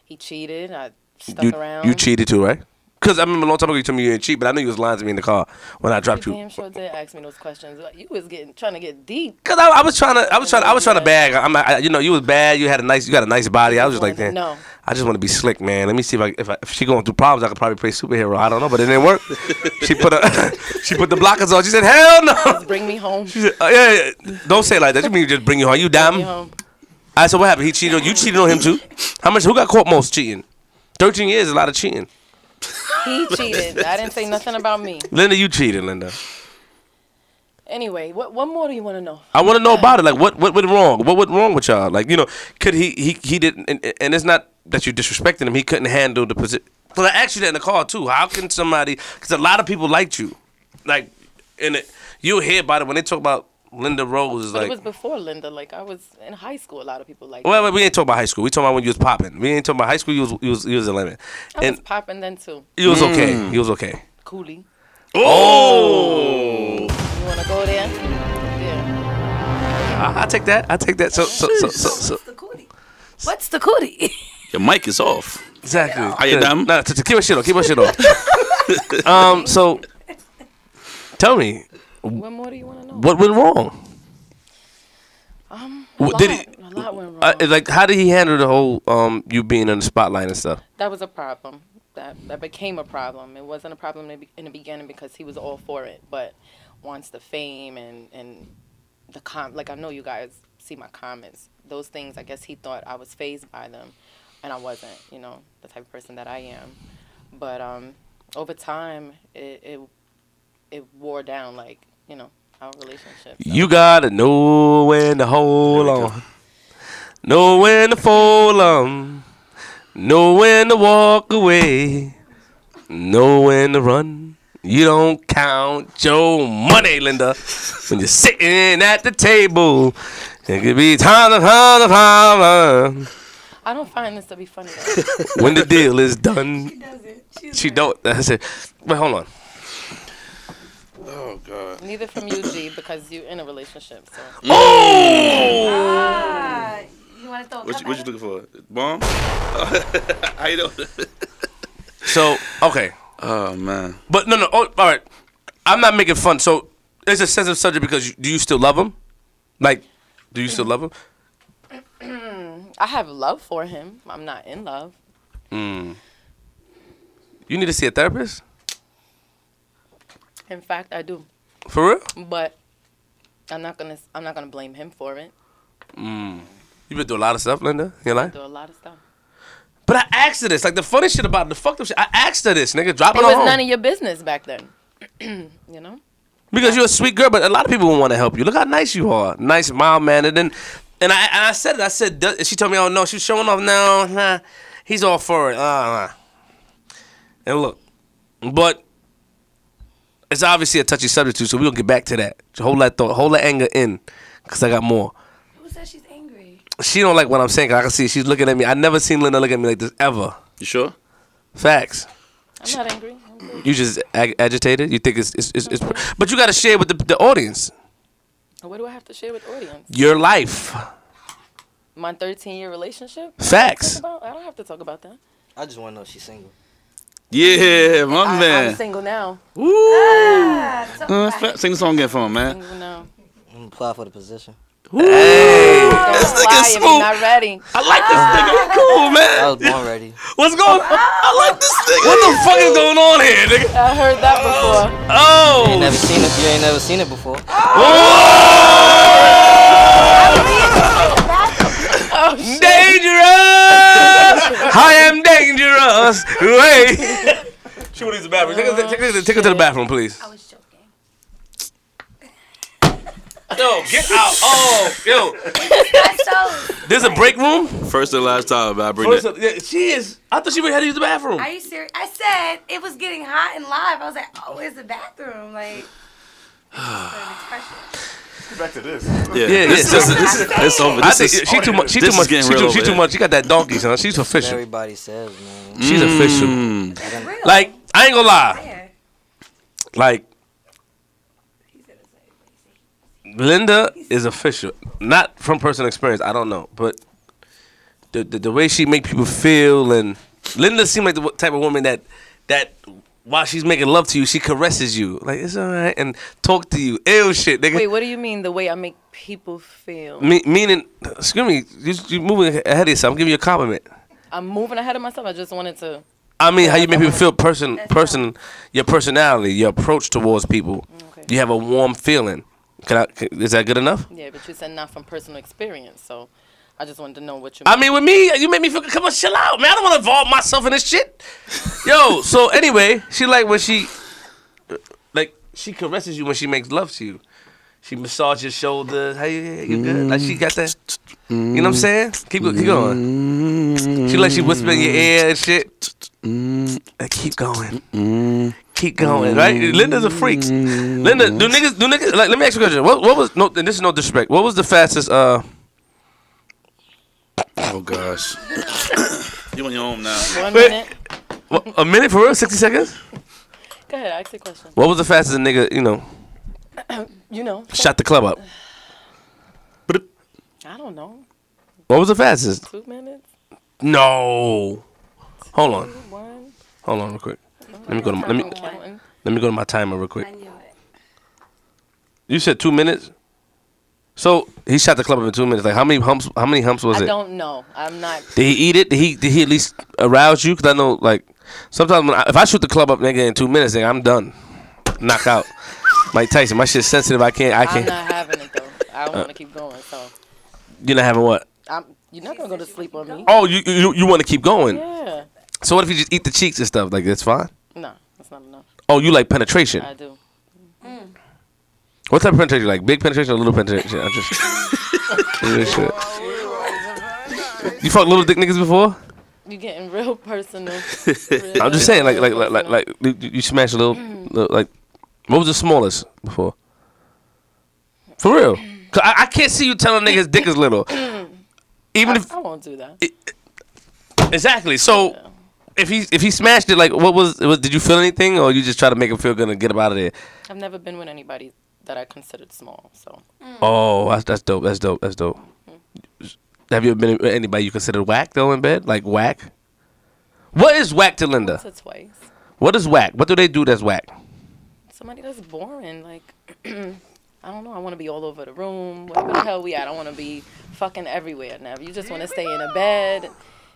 He cheated. I stuck
You,
around.
you cheated too, right? Because I remember a long time ago you told me you didn't cheat, but I knew you was lying to me in the car when I dropped
You
you.
damn sure did ask me those questions. Like, You was getting trying to get deep.
Cause I, I was trying to, I was trying, I was trying to bag. I'm, I, you know, you was bad. You had a nice, you got a nice body. I was just like, damn.
No.
I just want to be slick, man. Let me see if I, if, I, if she going through problems, I could probably play superhero. I don't know, but it didn't work. she put a, she put the blockers on. She said, hell no. "Oh,
Bring me home.
She said, oh, yeah, yeah, don't say it like that. You mean just bring you home? You
Bring me
dumb?
home.
All right, so what happened? He cheated on you. Cheated on him too. How much? Who got caught most cheating? Thirteen years, is a lot of cheating.
He cheated. I didn't say nothing about me.
Linda, you cheated, Linda.
Anyway, what what more do you want to know?
I want to know about it. Like, what what went wrong? What went wrong with y'all? Like, you know, could he he he didn't? And, and it's not that you disrespected him. He couldn't handle the position. Cause I asked you that in the car too. How can somebody? Because a lot of people liked you. Like, and it, you'll hear about it when they talk about Linda Rose. Is
But
like,
it was before Linda. Like I was in high school. A lot of people like.
well, well, we ain't talking about high school. We talking about when you was popping. We ain't talking about high school. You was you was you was eleven,
I was
and
popping then too.
you was okay. You was okay.
Cooley.
Oh.
You want to go there? Yeah.
I, I take that. I take that. So so so so, so.
What's the cootie?
Your mic is off.
Exactly.
Are you
Yeah.
dumb?
Nah, t- t- keep my shit on. Keep my shit on. um, so tell me,
What more do you want to know?
what went wrong?
Um, a
What
lot,
did he-
a lot went wrong.
Uh, like, how did he handle the whole um you being in the spotlight and stuff?
that was a problem. That that became a problem. It wasn't a problem in the be- in the beginning because he was all for it, but once the fame and and the com like I know you guys see my comments. Those things, I guess he thought I was phased by them, and I wasn't. You know, the type of person that I am. But um, over time, it it, it wore down. Like you know, our relationship. So
You gotta know when to hold
There we
on, know when to fold on, know when to walk away, know when to run. You don't count your money, Linda, when you're sitting at the table. It could be time, time, time, time
I don't find this to be funny. Though.
when the deal is done. She don't. That's it. Wait, hold on.
Oh God.
Neither from you, G, because you're in a relationship. So Ah!
you want to
Oh,
throw
What you, what you looking for? Bomb? How you doing?
So okay.
Oh man.
But no, no. Oh, all right. I'm not making fun. So it's a sensitive subject because you, do you still love him? Like, do you still love him?
I have love for him. I'm not in love.
Mm. You need to see a therapist
In fact, I do.
for real.
But I'm not gonna. I'm not gonna blame him for it.
You've Mm. been through a lot of stuff, Linda, in your life.
Do a lot of stuff.
But I asked her this. Like the funny shit about the fucked up shit. I asked her this, nigga. Drop
It
it
was
on
none
home.
of your business back then. you know.
because you're a sweet girl. But a lot of people want to help you. Look how nice you are. Nice, mild mannered. And and I and I said it. I said. "Does-" and She told me, oh no, she's showing off. No, nah, he's all for it. Uh, uh. And look, but it's obviously a touchy subject too, so we'll get back to that. So hold that thought, hold that anger in, cause I got more.
Who said she's angry?
She don't like what I'm saying. 'cause I can see she's looking at me. I never seen Linda look at me like this ever.
You sure?
Facts.
I'm not angry. I'm good.
You just ag- agitated. You think it's it's, it's, it's but you got to share with the, the audience
What do I have to share with the audience?
your life.
My 13 year relationship. Talk
Facts.
about? I don't have to talk about that.
I just want to know if she's single.
Yeah,
I, Ah,
my
am
man.
single now.
Uh, fa- sing the song again for him, man.
Single now.
I'm gonna apply for the position.
Don't lie if you're not ready. Uh-huh.
I like this nigga. He cool,
I
man.
was born ready.
What's going? I like this nigga. What the fuck is going on here, nigga?
I heard that before.
You ain't
Oh,
never seen it. You ain't never seen it before.
dangerous. I am dangerous. Wait. She went to the bathroom. Take her, take her- take her to the bathroom, please.
I was joking.
Yo, get out. Oh, yo.
so,
There's a break room.
First and last time, I bring
First
it.
of- yeah, she is. I thought she had to use the bathroom.
are you serious? I said it was getting hot and live. I was like, oh, where's the bathroom? Like,
Back to this.
Yeah,
yeah,
this,
yeah,
This,
so-
this, this, this over.
I
This
think
is,
she too much. She
this
too
is
much. She
getting real
too, she
over
too
here.
much. She got that donkey, son. She's official.
Everybody says, man.
She's official.
Mm.
Like I ain't gonna lie. Like Linda is official, not from personal experience. I don't know, but the the, the way she make people feel and Linda seemed like the w- type of woman that that while she's making love to you, she caresses you like it's all right and talk to you. Ill shit, nigga.
Wait, what do you mean the way I make people feel?
Me, meaning, excuse me, you, you moving ahead of yourself. I'm giving you a compliment.
I'm moving ahead of myself. I just wanted to.
I mean, how you make people feel, person, person, your personality, your approach towards people.
Okay.
You have a warm feeling. Can I? Can, is that good enough?
Yeah, but you said not from personal experience, so I just wanted to know what you.
I mean, with me, you made me feel. Come on, chill out, man. I don't want to involve myself in this shit. Yo, so anyway, she like when she, like she caresses you when she makes love to you. She massages your shoulders. Hey, you good? Like she got that. You know what I'm saying? Keep, go- keep going. She like she whisper in your ear and shit. Like, keep going. Keep going, right? Linda's a freak. Linda, do niggas, do niggas? Like, let me ask you a question. What, what was? No, this is no disrespect. What was the fastest? Uh,
Oh gosh. you on your own now.
One
Wait.
minute.
wha- a minute for real? Sixty seconds?
Go ahead, ask the question.
What was the fastest a nigga, you know,
You know,
shot the club up?
I don't know.
What was the fastest?
Two minutes.
No. Hold on.
One.
Hold on real quick. Let me go to my, let me
Counting.
let me go to my timer real quick.
I knew it.
You said 2 minutes? So, he shot the club up in 2 minutes. Like how many humps how many humps was
I
it?
don't know. I'm not.
Did he eat it? Did he did he at least arouse you? Cuz I know like sometimes when I, if I shoot the club up nigga in 2 minutes, nigga, I'm done. Knock out. Mike Tyson, my shit's sensitive. I can't I
I'm
can't. Uh.
not having it though. I want to keep going. So
You're not having what?
I'm. You're not gonna go to sleep on me.
Oh, you you, you want to keep going.
Yeah.
So what if you just eat the cheeks and stuff? Like that's fine.
No, that's not enough.
Oh, you like penetration.
I do.
What type of penetration? Like big penetration or little penetration? I just. This shit. You fucked little dick niggas before?
You're getting real personal.
I'm just saying, like, like, like, like, like you- you smashed a little, little, like, what was the smallest before? For real? 'Cause I, I can't see you telling niggas dick is little. Even if
I won't do that.
exactly. So if he if he smashed it, like, what was, was did you feel anything, or you just try to make him feel good and get him out of there?
I've never been with anybody that I considered small. So
Oh, that's, that's dope. That's dope. That's dope. Have you ever been with anybody you considered whack though in bed? Like whack? What is whack to
once
Linda?
or twice.
What is whack? What do they do that's whack?
Somebody that's boring. Like I don't know. I want to be all over the room. Whatever the hell we at, I want to be fucking everywhere. Now, if you just want to stay in a bed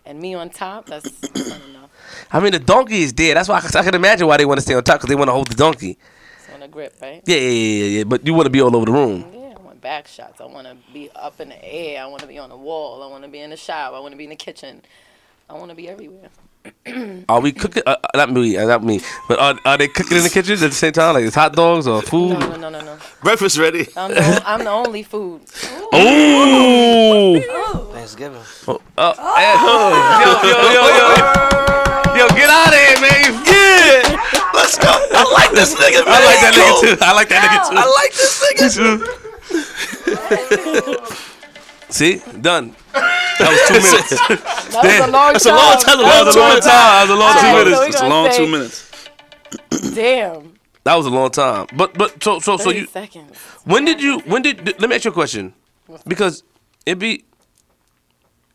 and me on top, that's not enough.
I mean, the donkey is dead. That's why I, c- I can imagine why they want to stay on top because they want to hold the donkey.
So in a grip, right?
Yeah, yeah, yeah, yeah, yeah. But you want to be all over the room.
Yeah, I want back shots. I want to be up in the air. I want to be on the wall. I want to be in the shower. I want to be in the kitchen. I want to be everywhere.
Are we cooking? Uh, uh, not me. Uh, not me. But are, are they cooking in the kitchen at the same time? Like it's hot dogs
No,
or food?
no, no, no, no. Um,
Breakfast ready.
I'm the, I'm the only food.
Ooh.
Oh.
Thanksgiving.
Uh, eh, Yo, yo, yo, yo, yo. Yo, get out of here, man. You
Yeah, let's go. I like this nigga. Man.
I like that nigga too. I like that nigga too.
I like this nigga.
See, done. That was two minutes.
That was a long
That's a
time.
long time.
That was
That's a long time. That's a long
Alright,
two
so
minutes.
we
It's a
gonna
long
say-
two minutes.
Damn.
That was a long time. But but so so so
30
you
seconds.
when did you when did th- let me ask you a question because it be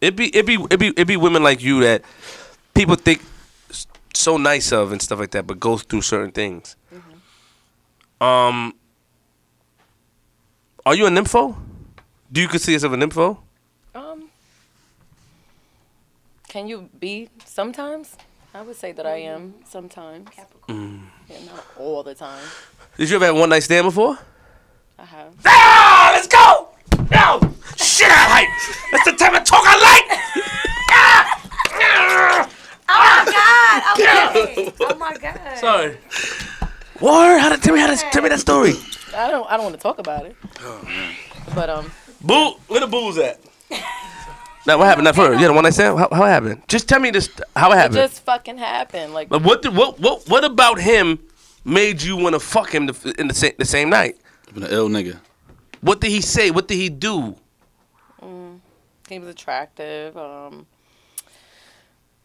it be it be it be it be women like you that people think s- so nice of and stuff like that, but goes through certain things. Um, are you a nympho? Do you consider yourself a nympho?
Um. Can you be sometimes? I would say that I am sometimes.
Mm.
Yeah, not all the time.
Did you ever have one night stand before?
I have.
Ah, let's go! No! Shit, I like! That's the type of talk I like!
Oh my god! Okay. Oh my god!
Sorry. Word, how to, tell me how to, tell me that story.
I don't. I don't want to talk about it.
Oh,
But um.
Boo, where the booze at? now, what happened? Not for yeah, the one I said. How, how it happened? Just tell me this. How it
It
happened?
just fucking happened. Like
Like, what, did, what, what, what about him made you want to fuck him the, in the, sa- the same night?
I've been an ill nigga.
What did he say? What did he do?
Mm. he was attractive. Um,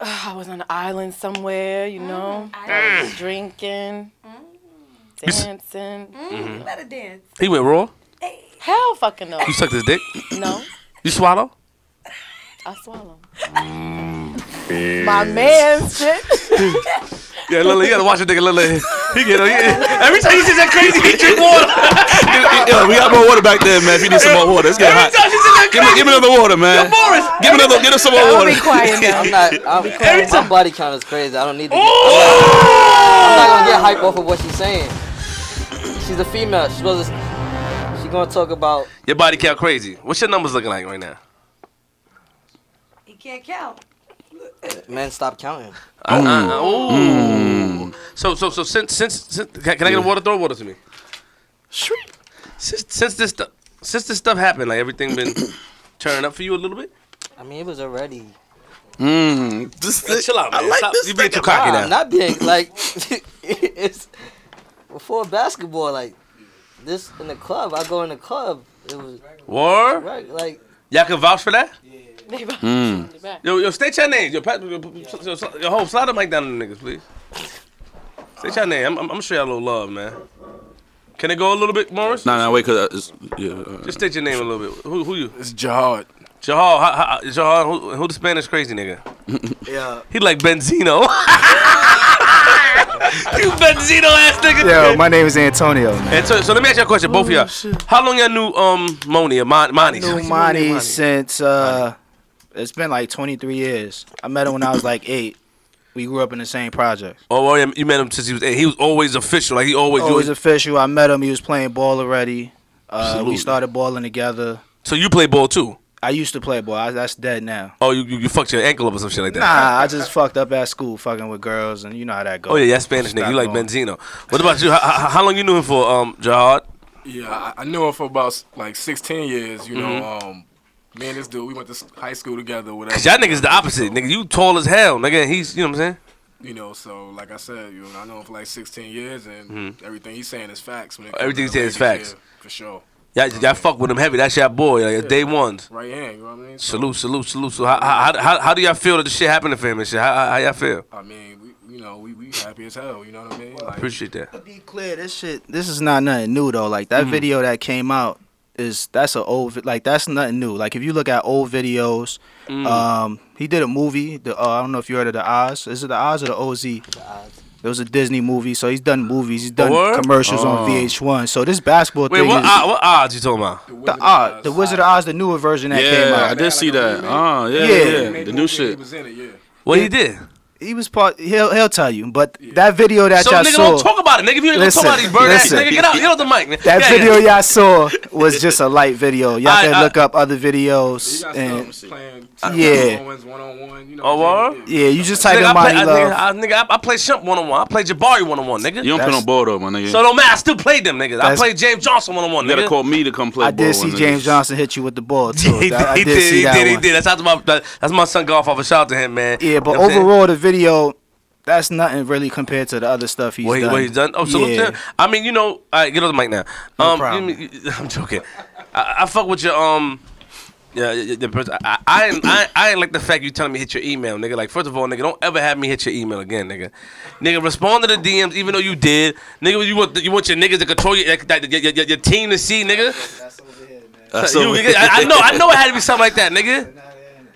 I was on an island somewhere, you
Mm,
know, I was drinking, dancing. Mm-hmm.
Mm, Better dance.
He went raw.
Hell, fucking no,
Mm-hmm. You sucked his dick.
no,
You swallow.
I swallow. My man shit.
Yeah, Lily, you gotta watch it, nigga. Lily, he get he, every time he sees that crazy, he drink water.
Yo, we got more water back there, man. If you need some more water, it's getting
Every
hot.
time she sees that
Give me,
crazy,
give me another water, man.
Boris.
Uh,
Give me another. Get us some more
I'll
water.
be quiet now.
I'm not. I'm,
Every
my
time-
body count is crazy. I don't need to. Get, I'm, not, I'm not gonna get hype off of what she's saying. She's a female. She's supposed to. She's gonna talk about
Your body count crazy. What's your numbers looking like right now?
can't count.
Men, stop counting.
Uh,
Mm.
uh, uh, ooh. So so so since since, since can, can I get a water? Throw water to me. Since, since this stuff since this stuff happened, like everything been turning up for you a little bit.
I mean, it was already.
Mm. This
Hey, chill out, man.
I like
Stop-
this
you being
thing
too cocky
Nah,
now.
not big. Like it's before basketball. Like this in the club. I go in the club. It was
War?
right. Like
Y'all can vouch for that?
They about
Mm.
to back.
Yo, yo, state your names. Yo, Pat, yo, yo, yo, yo, hold, slide the mic down to the niggas, please. State your name. I'm, I'm, I'm sure y'all a little love, man. Can it go a little bit, Morris?
No, no, wait, cause I, yeah. uh,
Just state your name a little bit. Who, who you?
It's Jihad.
Jahal, how, how, Jahal who, who the Spanish crazy nigga?
yeah.
He like Benzino. you Benzino ass nigga.
Yo, my name is Antonio, man.
And so, so let me ask you a question, both of y'all. How long y'all knew um Moni or Mon- Monty?
Oh, Knew Monty since uh, it's been like 23 years. I met him when I was like eight. We grew up in the same project.
Oh, well, you- you met him since he was eight. He was always official. Like he always. Oh, you-
Always official. I met him. He was playing ball already. Uh,
Salute.
we started balling together.
so you play ball too?
I used to play ball. I, that's dead now.
Oh, you, you you fucked your ankle up or some shit like that?
Nah, I just fucked up at school, fucking with girls, and you know how that goes.
Oh yeah, yeah, Spanish nigga.
Stop
You like
going.
Benzino. What about you? How, how, how long you knew him for, um, Jihad?
Yeah, I, I knew him for about like 16 years. You
Mm-hmm.
know, um, me and this dude, we went to s- high school together. Whatever. Um,
Cause y'all niggas the opposite, nigga. You tall as hell, nigga. and He's, you know what I'm saying?
You know, so like I said, you know, I know him for like 16 years, and everything he's saying is facts. When it comes
Mm-hmm. Everything
to the
he's saying is
ladies,
facts.
yeah, for sure.
Y'all, y'all fuck with him heavy. That's your boy. Like, Day ones.
Right hand, you know what I mean? So,
Salute, salute, salute. So how, how, how, how do y'all feel that this shit happened to him and shit? How, how, how y'all feel?
I mean, we, you know, we, we happy as hell. You know what I mean? Like,
Appreciate that.
To be clear, this shit, this is not nothing new though. Like
Mm-hmm.
that video that came out is that's an old, vi- like that's nothing new. Like if you look at old videos,
Mm.
um, he did a movie. The uh, I don't know if you heard of the Oz. Is it the Oz or the Oz? It
Odds.
was a Disney movie, so he's done movies. He's done
Word?
commercials on VH1. So this basketball
Oh. Wait,
thing
what,
is
uh, what odds you talking about?
the Oz, the Wizard of Oz, the newer version that came
Yeah, I
out.
did see that. Oh, yeah,
Yeah.
yeah,
They
the
movie,
new
He
shit.
was in it, yeah.
What he did?
He was part. He'll he'll tell you. But that video that
So
y'all
nigga,
saw.
don't talk about it, nigga. If you ain't gonna talk
Listen,
about these bird ass
listen.
nigga, get out, get out the mic, man.
That
Yeah, yeah.
video y'all saw was just a light video. Y'all
I-
can
I-
look up other
You
videos
got
and
stuff playing
Yeah.
one on one. You know
Oh,
what I'm
what?
saying?
yeah, you just type
Nigga,
in
I,
Monty
play, I,
Love.
nigga, I, nigga, I, I play Shemp one on one. I play Jabari one on one, nigga.
You don't play
That's-
no ball though, my nigga.
So it don't matter. I still played them niggas. I
That's-
played James Johnson one on one.
you gotta
Nigga.
call me to come play
I
ball.
did see
my nigga.
James Johnson hit you with the ball too.
he,
That- I
he
did, see
he
that
did, he
one.
did. That's out to my that, that's my son golf off. A shout out to him, man.
Yeah,
You
but
know what I'm saying?
overall the video, that's nothing really compared to the other stuff he's
what, he-
done.
what he's done. Oh, salute
yeah.
to him. I mean, you know, all right, get on the mic now.
No
Um,
problem.
you mean- you- I'm joking. I, I fuck with your um. Yeah, yeah, yeah, the person- I, I, ain't- I, ain't- I ain't like the fact you telling me hit your email, nigga. Like, first of all, nigga, don't ever have me hit your email again, nigga. Nigga, respond to the DMs, even though you did, nigga. You want you want your niggas to control your like, your, your, your team to see, nigga.
That's
So
over
you-
here.
I, I know, I know it had to be something like that, nigga.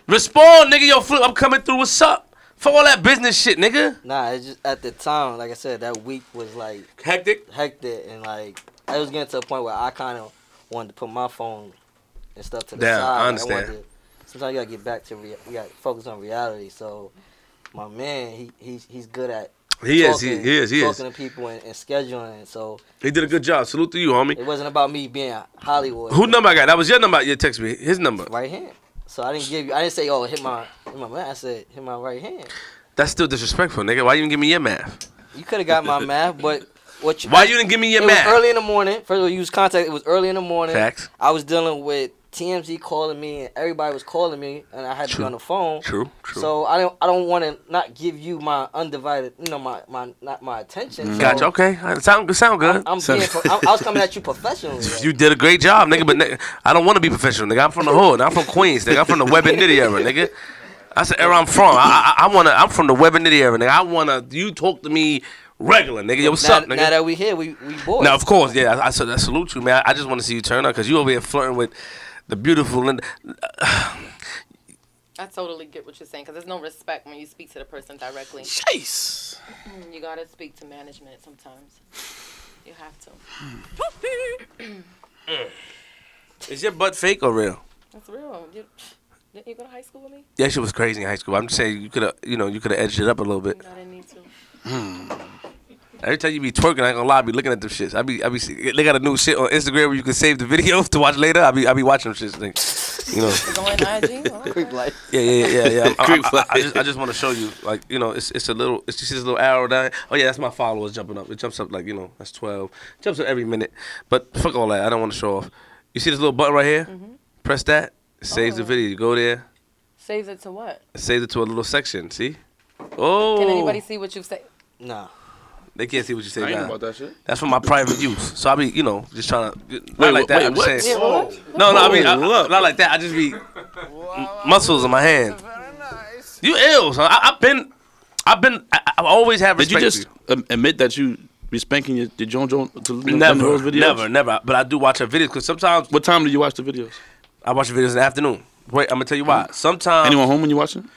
Respond, nigga. Yo, flip, I'm coming through. What's up? Fuck all that business shit, nigga.
Nah, it's just at the time, like I said, that week was like
Hectic.
hectic and like I was getting to a point where I kind of wanted to put my phone and stuff to the
Damn, I
side.
understand.
wanted to, sometimes you gotta get back to rea- you gotta focus on reality. So my man, he he's he's good at
He is,
talking,
he, he is, he is.
talking to people and, and scheduling. it. So
He did a good job. Salute to you, homie.
it wasn't about me being Hollywood.
Who number I got? That was your number. You text me his number.
Right hand. So I didn't give you. I didn't say, oh, hit my hit my man. I said hit my right hand.
That's still disrespectful, nigga. Why you didn't give me your math?
You could have got my math, but what you
Why you didn't give me your
it was
math?
early in the morning. First of all, you was contact. It was early in the morning.
Facts.
I was dealing with TMZ calling me, and everybody was calling me, and I had to
True.
be on the phone.
True, true.
So I don't. I don't want to not give you my undivided, you know, my my not my attention. So
gotcha. Okay, Uh, sound good. Sound good.
I'm, I'm being. pro- I'm, I was coming at you professionally.
you did a great job, nigga. But nigga, I don't want to be professional, nigga. I'm from the hood. I'm from Queens, nigga. I'm from the Web and Nitty era, nigga. That's the era I'm from. I, I, I wanna. I'm from the Web and Nitty era, nigga. I wanna. You talk to me regular, nigga. Yo, what's
now,
up, nigga?
now that we here, we we boys.
Now, of course, yeah, I, I, said- I salute you, man. I just want to see you turn up because you over here flirting with the beautiful Linda.
I totally get what you're saying because there's no respect when you speak to the person directly. Mm,
Jeez.
You gotta speak to management sometimes. You have to.
Is your butt fake or real?
That's real. You, didn't you go to high school with me?
Yeah, she was crazy in high school. I'm just saying you could have, you know, you could have edged it up a little bit. Hmm.
I didn't need to.
Every time you be twerking, I ain't gonna lie, I be looking at them shits. I be, I be, see- they got a new shit on Instagram where you can save the videos to watch later. I be, I be watching them shits. Like, You know.
Go on IG. all right.
Yeah, yeah, yeah, yeah. yeah. I,
Creep
I, I, I just, I just want to show you, like, you know, it's it's a little, it's, you see this little arrow down. Oh yeah, that's my followers jumping up. It jumps up like, you know, that's twelve. jumps up every minute. But fuck all that. I don't want to show off. You see this little button right here?
Mm-hmm.
Press that. It saves
Oh.
the video. You go there.
Saves it to what?
It saves it to a little section. See? Oh.
Can anybody see what you say?
No.
They can't see what you say
I ain't
now.
know about that shit.
That's for my private use. So I be, you know, just trying to
Wait,
not like
wha-
that.
wait,
I'm
what?
just saying.
Yeah, what?
No, no, I mean, I,
Hold up.
not like that. I just be m- muscles in my hand. You ill, son. I, I've been, I've been, I, I- I've always had
Did
respect.
you just
for
um, admit that you be spanking your, your Joan Joan to
you. never, never, never. But I do watch her videos because sometimes
What time do you watch the videos?
I watch the videos in the afternoon. Wait, I'm gonna tell you why. Sometimes
Anyone home when you watching?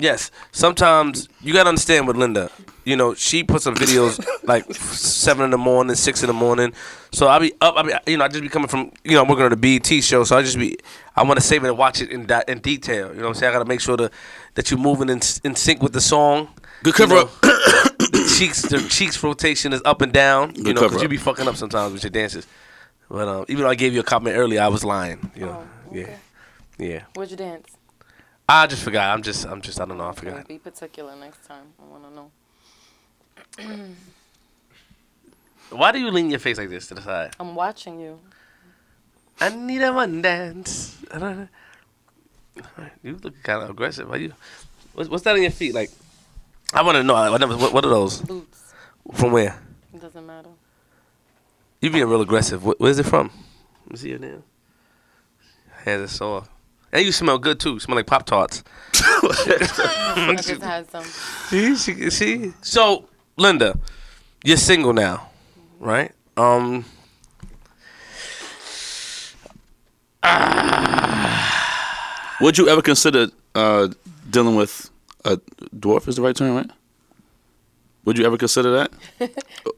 Yes. Sometimes you gotta understand with Linda. You know, she puts up videos like seven in the morning, six in the morning. So I'll be up. I mean, you know, I just be coming from. You know, I'm working on the BET show, so I just be. I want to save it and watch it in di- in detail. You know what I'm saying? I gotta make sure that that you're moving in, s- in sync with the song.
Good cover
You
up.
the cheeks, the cheeks rotation is up and down. you
Good
know, because
cover
you
up.
be fucking up sometimes with your dances. But um, even though I gave you a comment earlier, I was lying. You know, yeah, yeah.
Where'd you dance?
I just forgot. I'm just, I'm just, I don't know. I forgot.
Be particular next time. I want to know.
Why do you lean your face like this to the side?
I'm watching you.
I need a one dance. I don't know. Alright, You look kind of aggressive. Are you? What's, what's that on your feet? Like, I want to know. I, I never, what, what are those?
Boots.
From where?
It doesn't matter.
You being real aggressive. Wh- where's it from? Let me see your nail. Hands are sore. And you smell good too. Smell like Pop Tarts.
I just had some.
See, she, see. So, Linda, you're single now, right? Um.
Would you ever consider uh, dealing with a dwarf? Is the right term, right? Would you ever consider that?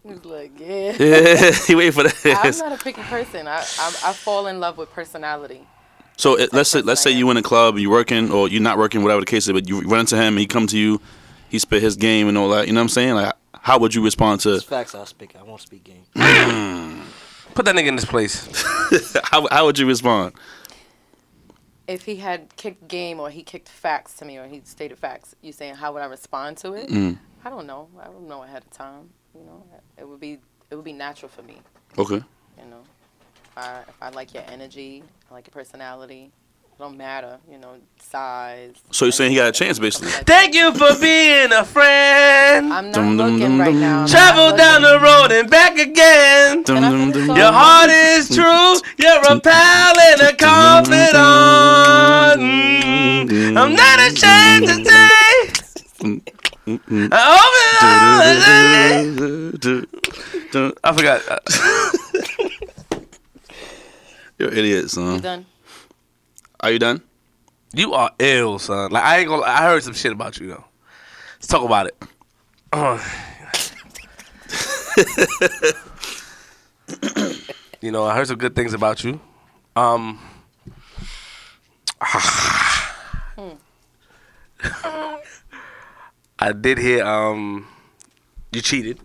He's like, yeah.
Yeah, he waited for
I'm
that.
not a picky person. I, I I fall in love with personality.
So it, let's say let's say you in a club, you working or you're not working, whatever the case is, but you run into him, he come to you, he spit his game and all that. You know what I'm saying? Like, how would you respond to?
It's facts. I'll speak. I won't speak game.
Put that nigga in this place.
How, how would you respond?
If he had kicked game or he kicked facts to me or he stated facts, you saying how would I respond to it?
Mm.
I don't know. I don't know ahead of time. You know, it would be it would be natural for me.
Okay.
You know, if I if I like your energy, I like your personality. It don't matter. You know, size.
So you're saying he got a chance, basically?
Thank you for being a friend.
I'm not
Dum, dum,
looking
dum,
right
dum.
now. I'm
Travel
not
down the
looking.
road and back again.
Dum, dum, dum,
Your heart is true. You're a pal and a confidant. Mm, I'm not ashamed to say.
dum,
I hope it-
dum, dum.
I forgot. Uh,
You're idiots,
You
son.
done?
Are you done?
You are ill, son. Like I ain't gonna. I heard some shit about you though. Let's talk about it.
Oh,
Uh. you know, I heard some good things about you. Um. I did hear um, you cheated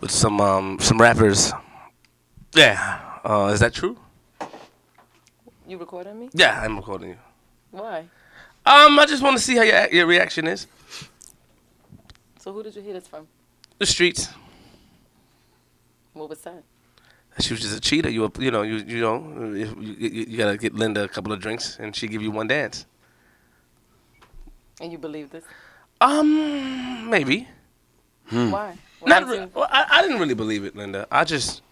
with some um some rappers. Yeah, uh, is that true?
You recording me?
Yeah, I'm recording you.
Why?
Um, I just want to see how your your reaction is.
So who did you hear this from?
The streets.
What was that?
She was just a cheater. You, a- you know, you, you know, if you, you, you gotta get Linda a couple of drinks, and she give you one dance.
And you believe this?
Um, maybe.
Why? Why
Mm. Not.
did
Re-
you-
well, I, I didn't really believe it, Linda. I just.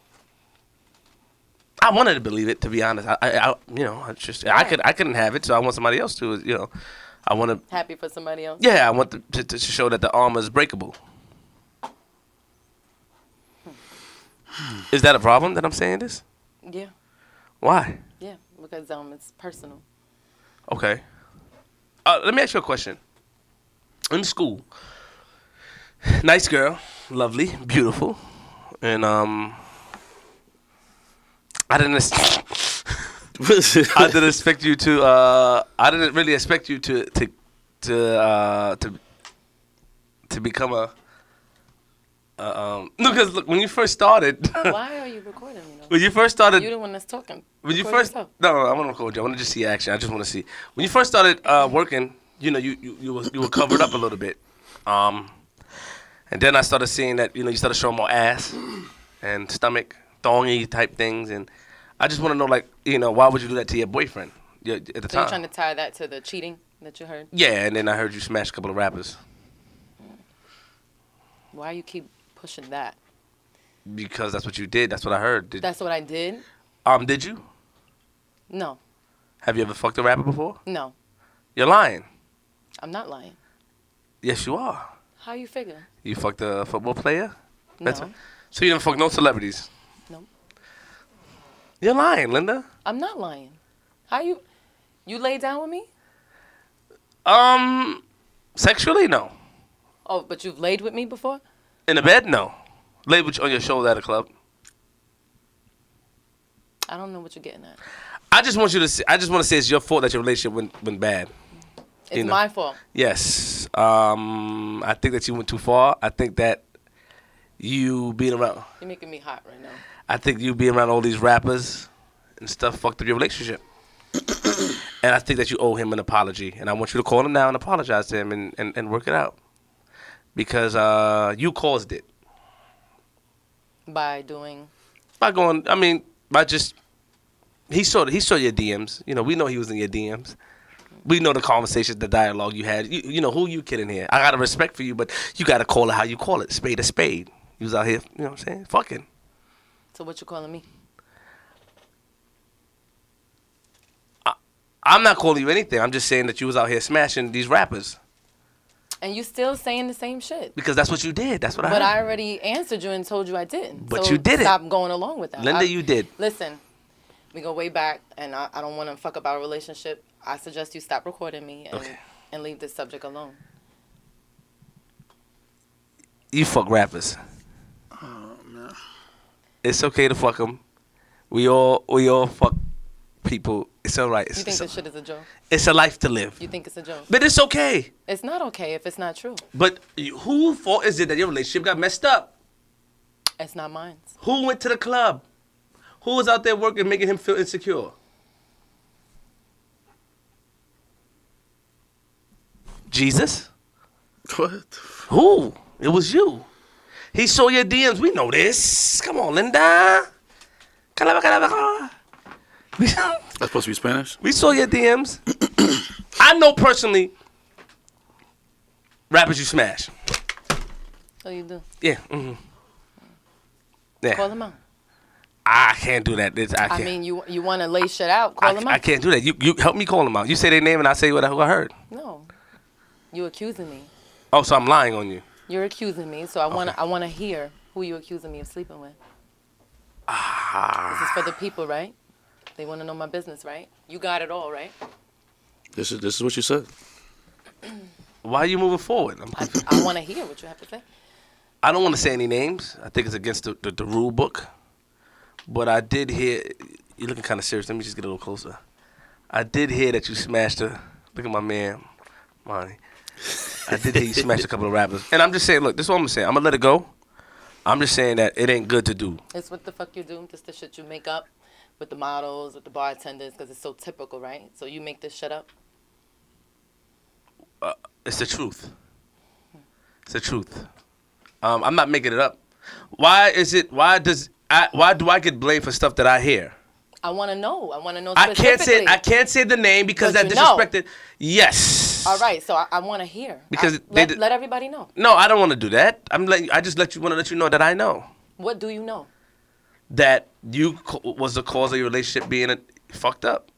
I wanted to believe it, to be honest. I, I, I you know, I just, I could, I couldn't have it, so I want somebody else to, you know, I want to,
happy for somebody else.
yeah, I want to, to, to show that the armor is breakable. Is that a problem that I'm saying this?
Yeah,
Why?
yeah. Because um, it's personal.
Okay. Uh, let me ask you a question. In school, nice girl, lovely, beautiful, and um, I didn't. ex- I didn't expect you to. Uh, I didn't really expect you to to to uh, to to become a Uh, um, no, because look, when you first started,
Why are you recording me? though?
When you first started-
you the one that's talking.
when you
Record
first no,
yourself.
no, I want to record you. I want to just see action. I just want to see when you first started uh, working. You know, you you you, was, you were covered up a little bit, um, and then I started seeing that you know you started showing more ass and stomach, thongy type things, and I just want to know like you know why would you do that to your boyfriend your, at the
So you're
time?
trying to tie that to the cheating that you heard?
yeah, and then I heard you smash a couple of rappers
Why you keep pushing that?
because that's what you did. That's what I heard. Did,
That's what I did.
um, did you
No,
have you ever fucked a rapper before?
no,
You're lying.
I'm not lying.
Yes, you are.
How you figure?
You fucked a football player?
No.
So you didn't fuck no celebrities?
No.
You're lying, Linda.
I'm not lying. How you? You lay down with me?
Um, sexually, no.
Oh, but you've laid with me before?
In the bed, no. Lay with you on your shoulder at a club.
I don't know what you're getting at.
I just want you to. See, I just want to say it's your fault that your relationship went went bad.
It's
You know.
my fault.
Yes. Um, I think that you went too far. I think that you being around.
You're making me hot right now.
I think you being around all these rappers and stuff fucked up your relationship. and I think that you owe him an apology. And I want you to call him now and apologize to him and, and, and work it out. Because uh, you caused it
By doing
by going. I mean, by just he saw he saw your DMs. You know, we know he was in your DMs. We know the conversations, the dialogue you had. You, you know who you kidding here. I got a respect for you, but you got to call it how you call it. Spade a spade. You was out here. You know what I'm saying? Fucking.
so what you calling me?
I'm not calling you anything. I'm just saying that you was out here smashing these rappers
And you still saying the same shit.
because that's what you did. That's what
But I
I. Heard.
already answered you and told you I didn't.
But
so
you didn't.
Stop going along with that.
Linda,
I-
you did.
Listen, we go way back, and I, I don't want to fuck up our relationship. I suggest you stop recording me and,
Okay.
and leave this subject alone.
You fuck rappers. It's okay to fuck them. We all we all fuck people. It's all right. It's,
You think
it's,
this shit is a joke?
it's a life to live.
You think it's a joke?
But it's okay.
It's not okay if it's not true.
But you- who fault is it that your relationship got messed up?
It's not mine.
Who went to the club? Who was out there working, making him feel insecure? Jesus?
What?
Who? It was you. He saw your DMs. We know this. Come on, Linda. Calaba, calaba, calaba.
That's supposed to be Spanish.
We saw your DMs. I know personally rappers you smash.
So Oh, you do.
Yeah. hmm Yeah.
Call him out.
I can't do that. It's, I
I,
can't.
mean, you you want to lay shit out. Call
I,
him
I
out.
can't do that. You, you help me call them out. You say their name and I say what I, who I heard.
No, you accusing me.
Oh, so I'm lying on you.
You're accusing me, so I want to I want to hear who you accusing me of sleeping with.
Ah.
This is for the people, right? They want to know my business, right? You got it all, right?
This is this is what you said.
Why are you moving forward? I'm
confused. I want to hear what you have to say.
I don't want to say any names. I think it's against the, the, the rule book. But I did hear. You're looking kind of serious. Let me just get a little closer. I did hear that you smashed a. Look at my man, Monty. I did hear you smashed a couple of rappers. And I'm just saying, look, this is what I'm going to say. I'm going to let it go. I'm just saying that it ain't good to do.
It's what the fuck you do. It's the shit you make up with the models, with the bartenders, because it's so typical, right? So you make this shit up.
uh, it's the truth. It's the truth. Um, I'm not making it up. Why is it? Why does I? Why do I get blamed for stuff that I hear?
I want to know. I want to know.
I can't say
specifically.
I can't say the name because
But you
that
know.
disrespected. Yes.
All right, so I, I want to hear.
Because
I-
they
let,
did-
let everybody know.
No, I don't want to do that. I'm letting. I just let you want to let you know that I know
What do you know?
that you co- was the cause of your relationship being uh fucked up.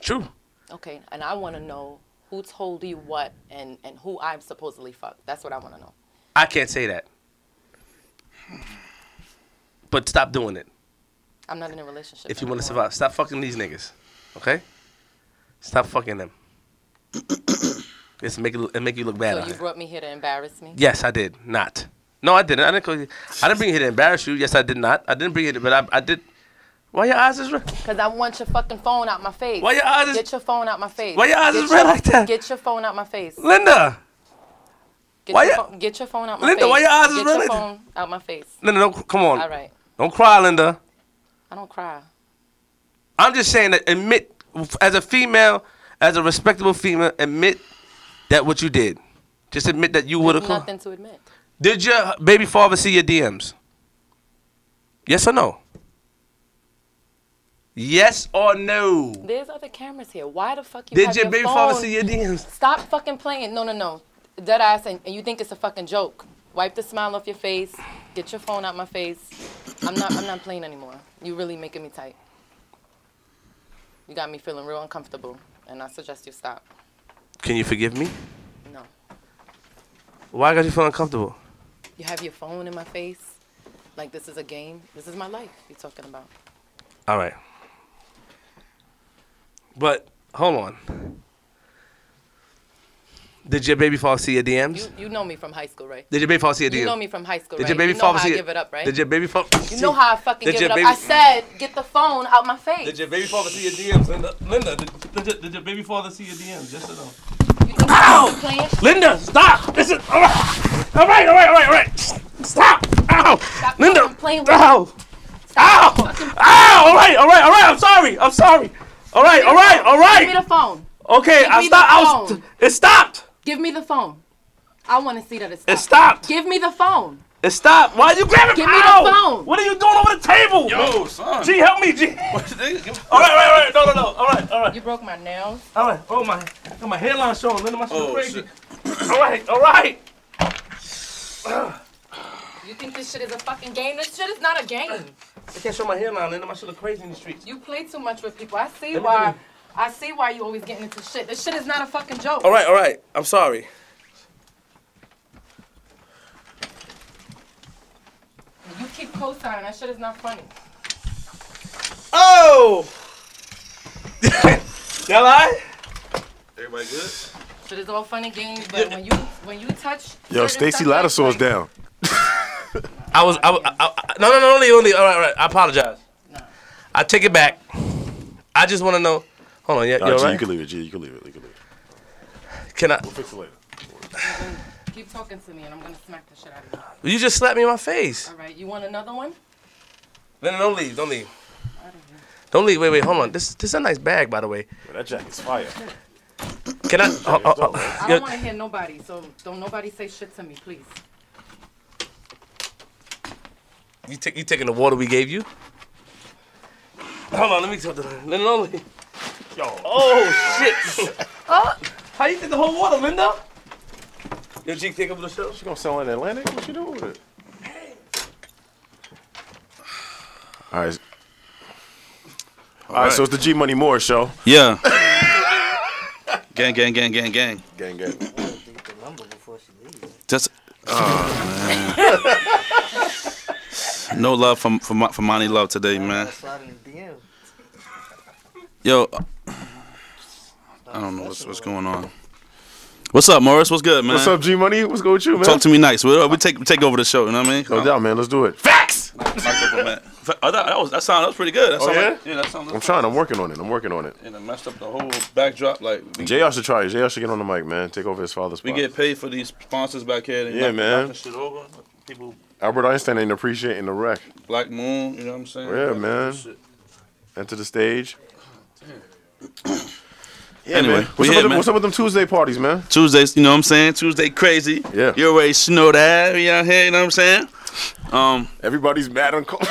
True.
Okay, and I want to know who told you what and and who I've supposedly fucked. That's what I want to know.
I can't say that. But stop doing it.
I'm not in a relationship.
if you want to survive. Stop fucking these niggas, okay? Stop fucking them. it's make it, look- it make you look bad.
so
out
you
here.
brought me here to embarrass me.
Yes, I did not. No, I didn't. I didn't. Call you. I didn't bring you here to embarrass you. Yes, I did not. I didn't bring you, here to- but I, I did. Why your eyes is red?
Cause I want your fucking phone out my face.
Why your eyes is-
Get your phone out my face.
Why your eyes
Get
is red
your-
like that?
Get your phone out my face.
Linda.
Get,
Why
your,
ya-
phone, get your phone out my
Linda,
face.
why your eyes is
Get
running?
your phone out my face.
Linda, don't, come on.
All right.
Don't cry, Linda.
I don't cry.
I'm just saying that admit, as a female, as a respectable female, admit that what you did. Just admit that you would have.
There's
called.
nothing to admit.
Did your baby father see your DMs? Yes or no? Yes or no?
There's other cameras here. Why the fuck you
Did
have
your
your
baby father
phone?
see your DMs?
Stop fucking playing. No, no, no. Dead ass, and, and you think it's a fucking joke. Wipe the smile off your face. Get your phone out my face. I'm not. I'm not playing anymore. You really making me tight. You got me feeling real uncomfortable, and I suggest you stop.
Can you forgive me?
No.
Why got you feel uncomfortable?
You have your phone in my face, like this is a game. This is my life. You're talking about.
All right. But hold on. Did your baby father see your DMs?
You, you know me from high school, right?
Did your baby father see your DMs?
You know me from high school,
Did
right?
your baby
you know
father
how I
see your-
give it up, right?
Did your baby father?
You know how I fucking
Did
give
your
it up.
baby-
I said, get the phone out my face.
Did your baby father see your DMs, Linda? Linda, did, did, your, did your baby father see your DMs? Yes or no?
Playing?
Linda, stop! This is all right. All right, all right, all right, all right. Stop! Ow! Linda!
playing with
Ow! Ow! Ow! All right, all right, all right. I'm sorry. I'm sorry. All right, all right, all
Give me
right.
the phone.
Okay,
Give
I
me
stop.
the
I was,
phone.
it stopped.
Give me the phone. I want to see that it stopped.
It stopped.
Give me the phone.
It stopped. Why you grabbing?
Give me the
Ow!
phone.
What are you doing over the table?
Yo, son.
G, help me, G. all right, all right, all right. No, no, no. All right, all right,
You broke my nails.
all right. Oh my, got my hairline showing. Linda, my shit
Oh,
crazy. All right, all right.
You think this shit is a fucking game? This shit is not a game.
I can't show my hairline, Linda. My shit look crazy in the streets.
You play too much with people. I see
Let me
why.
do
I see why you always getting into shit. This shit is not a fucking joke.
All right, all right. I'm sorry.
You keep co-signing. That shit is not funny.
Oh! Y'all lie?
Everybody good?
Shit is all funny games, but when you when you touch.
Yo,
certain
Stacy
stuff like-
Lattisor's
like-
down.
I was, I, I, I, I- no, no, no, only, only, all right, all right. I apologize. I take it back. I just want to know. Hold on, yeah,
Nah,
you all
G,
right?
you can leave it. G, you can leave it. You can leave it.
Can I?
We'll fix it later.
Keep talking to me, and I'm gonna smack the shit out of you.
You just slapped me in my face.
All right, you want another one?
No, no, don't leave, don't leave. Don't leave. Wait, wait, hold on. This, this is a nice bag, by the way.
Yo, that jacket's fire.
Can I? Oh, oh, oh.
I
Yo,
don't want to hear nobody, so don't nobody say shit to me, please.
you take, you taking the water we gave you? Hold on, let me talk to Linda. Only.
Yo,
Oh shit!
Oh.
How you take the whole water, Linda? Yo, G, take over the show.
she gonna sell in Atlantic? What you doing with it? All right. All right, so it's the G Money Moore show.
Yeah. gang, gang, gang, gang, gang.
Gang, gang.
The number before she leaves.
Just. Oh, man. no love from from for Monty Love today, man.
Slide in the DM.
Yo, uh, I don't know what's what's going on. What's up, Morris? What's good, man?
What's up, G Money? What's good with you, man?
Talk to me nice. We, we take take over the show. You know what I mean?
No doubt, man. Let's do it.
Microphone, man. Oh, that, that was that sound. That was pretty good. That
Oh,
sound
yeah?
Like, yeah, that sound.
I'm trying. I'm working on it. I'm working on it.
And it messed up the whole backdrop. Like we,
JR should try it. JR should get on the mic, man. Take over his father's
we
spot.
get paid for these sponsors back here. They
Yeah,
knock-
man.
knocking Shit over. People,
Albert Einstein ain't appreciating the wreck.
Black Moon. You know what I'm saying?
Yeah,
Like,
man.
shit.
Enter the stage. Yeah,
Anyway,
man. What's, up with
we here, man.
Them, what's up with them Tuesday parties, man?
Tuesdays, you know what I'm saying? Tuesday crazy.
Yeah.
You already know that. We out here, you know what I'm saying? Um,
Everybody's mad on call.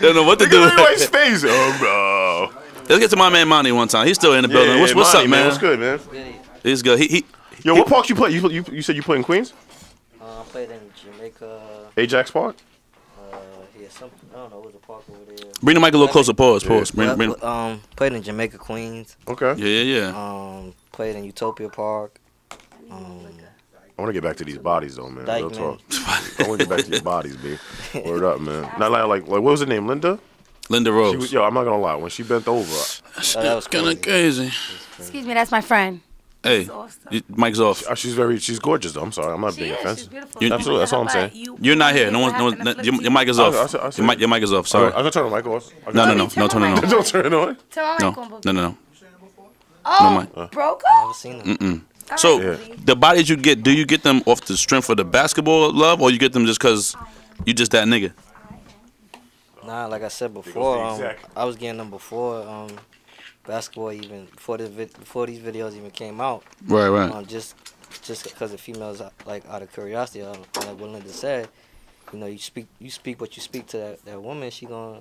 don't know what to do.
Everybody's face. Oh, bro.
Let's get to my man Monty one time. He's still in the building.
Yeah,
what's what's
Monty,
up, man?
What's good, man?
He's good. He, he
Yo, what park you play? You, you, you said you play in Queens?
Uh, I played in Jamaica.
Ajax Park?
Uh, yeah, some I don't know. It was a park over there.
bring the mic a little closer. Pause. Pause.
Yeah.
Bring, bring,
Well, um, played in Jamaica, Queens.
Okay.
yeah, yeah, yeah.
Um, played in Utopia Park. Um,
I want to get back to these bodies, though, man. Real
Dykeman.
talk. I want to get back to these bodies, B. Word up, man. Not like, like, like, what was her name? Linda?
Linda
She
Rose.
was, yo, I'm not going to lie. When she bent over,
oh, that was
Kind
crazy.
of crazy.
Excuse me, that's my friend.
Hey, you- mic's off.
uh, she's very, she's gorgeous, though. I'm sorry. I'm not being offensive.
beautiful.
You-
Absolutely, that's all I'm saying.
You're not here. No one. No one. Your, your mic is
I-
off.
I said- I said-
your, mic, your mic is off.
Sorry.
Sorry.
I'm going to turn the mic off. I-
No, no, no, no, turn it on.
Don't turn it on.
Tell my
No,
mic on, boo.
no, no, no.
Oh,
mic.
Broco?
I never seen him.
Mm-mm. So the bodies you get, do you get them off the strength of the basketball love, or you get them just because you just that nigga?
Oh,
Nah, like I said before, um,
exact-
I was getting them before um, basketball even before the vid- before these videos even came out.
Right, right.
Um, just just because the females uh, like out of curiosity, uh, like what Linda said, you know, you speak you speak what you speak to that, that woman, she gonna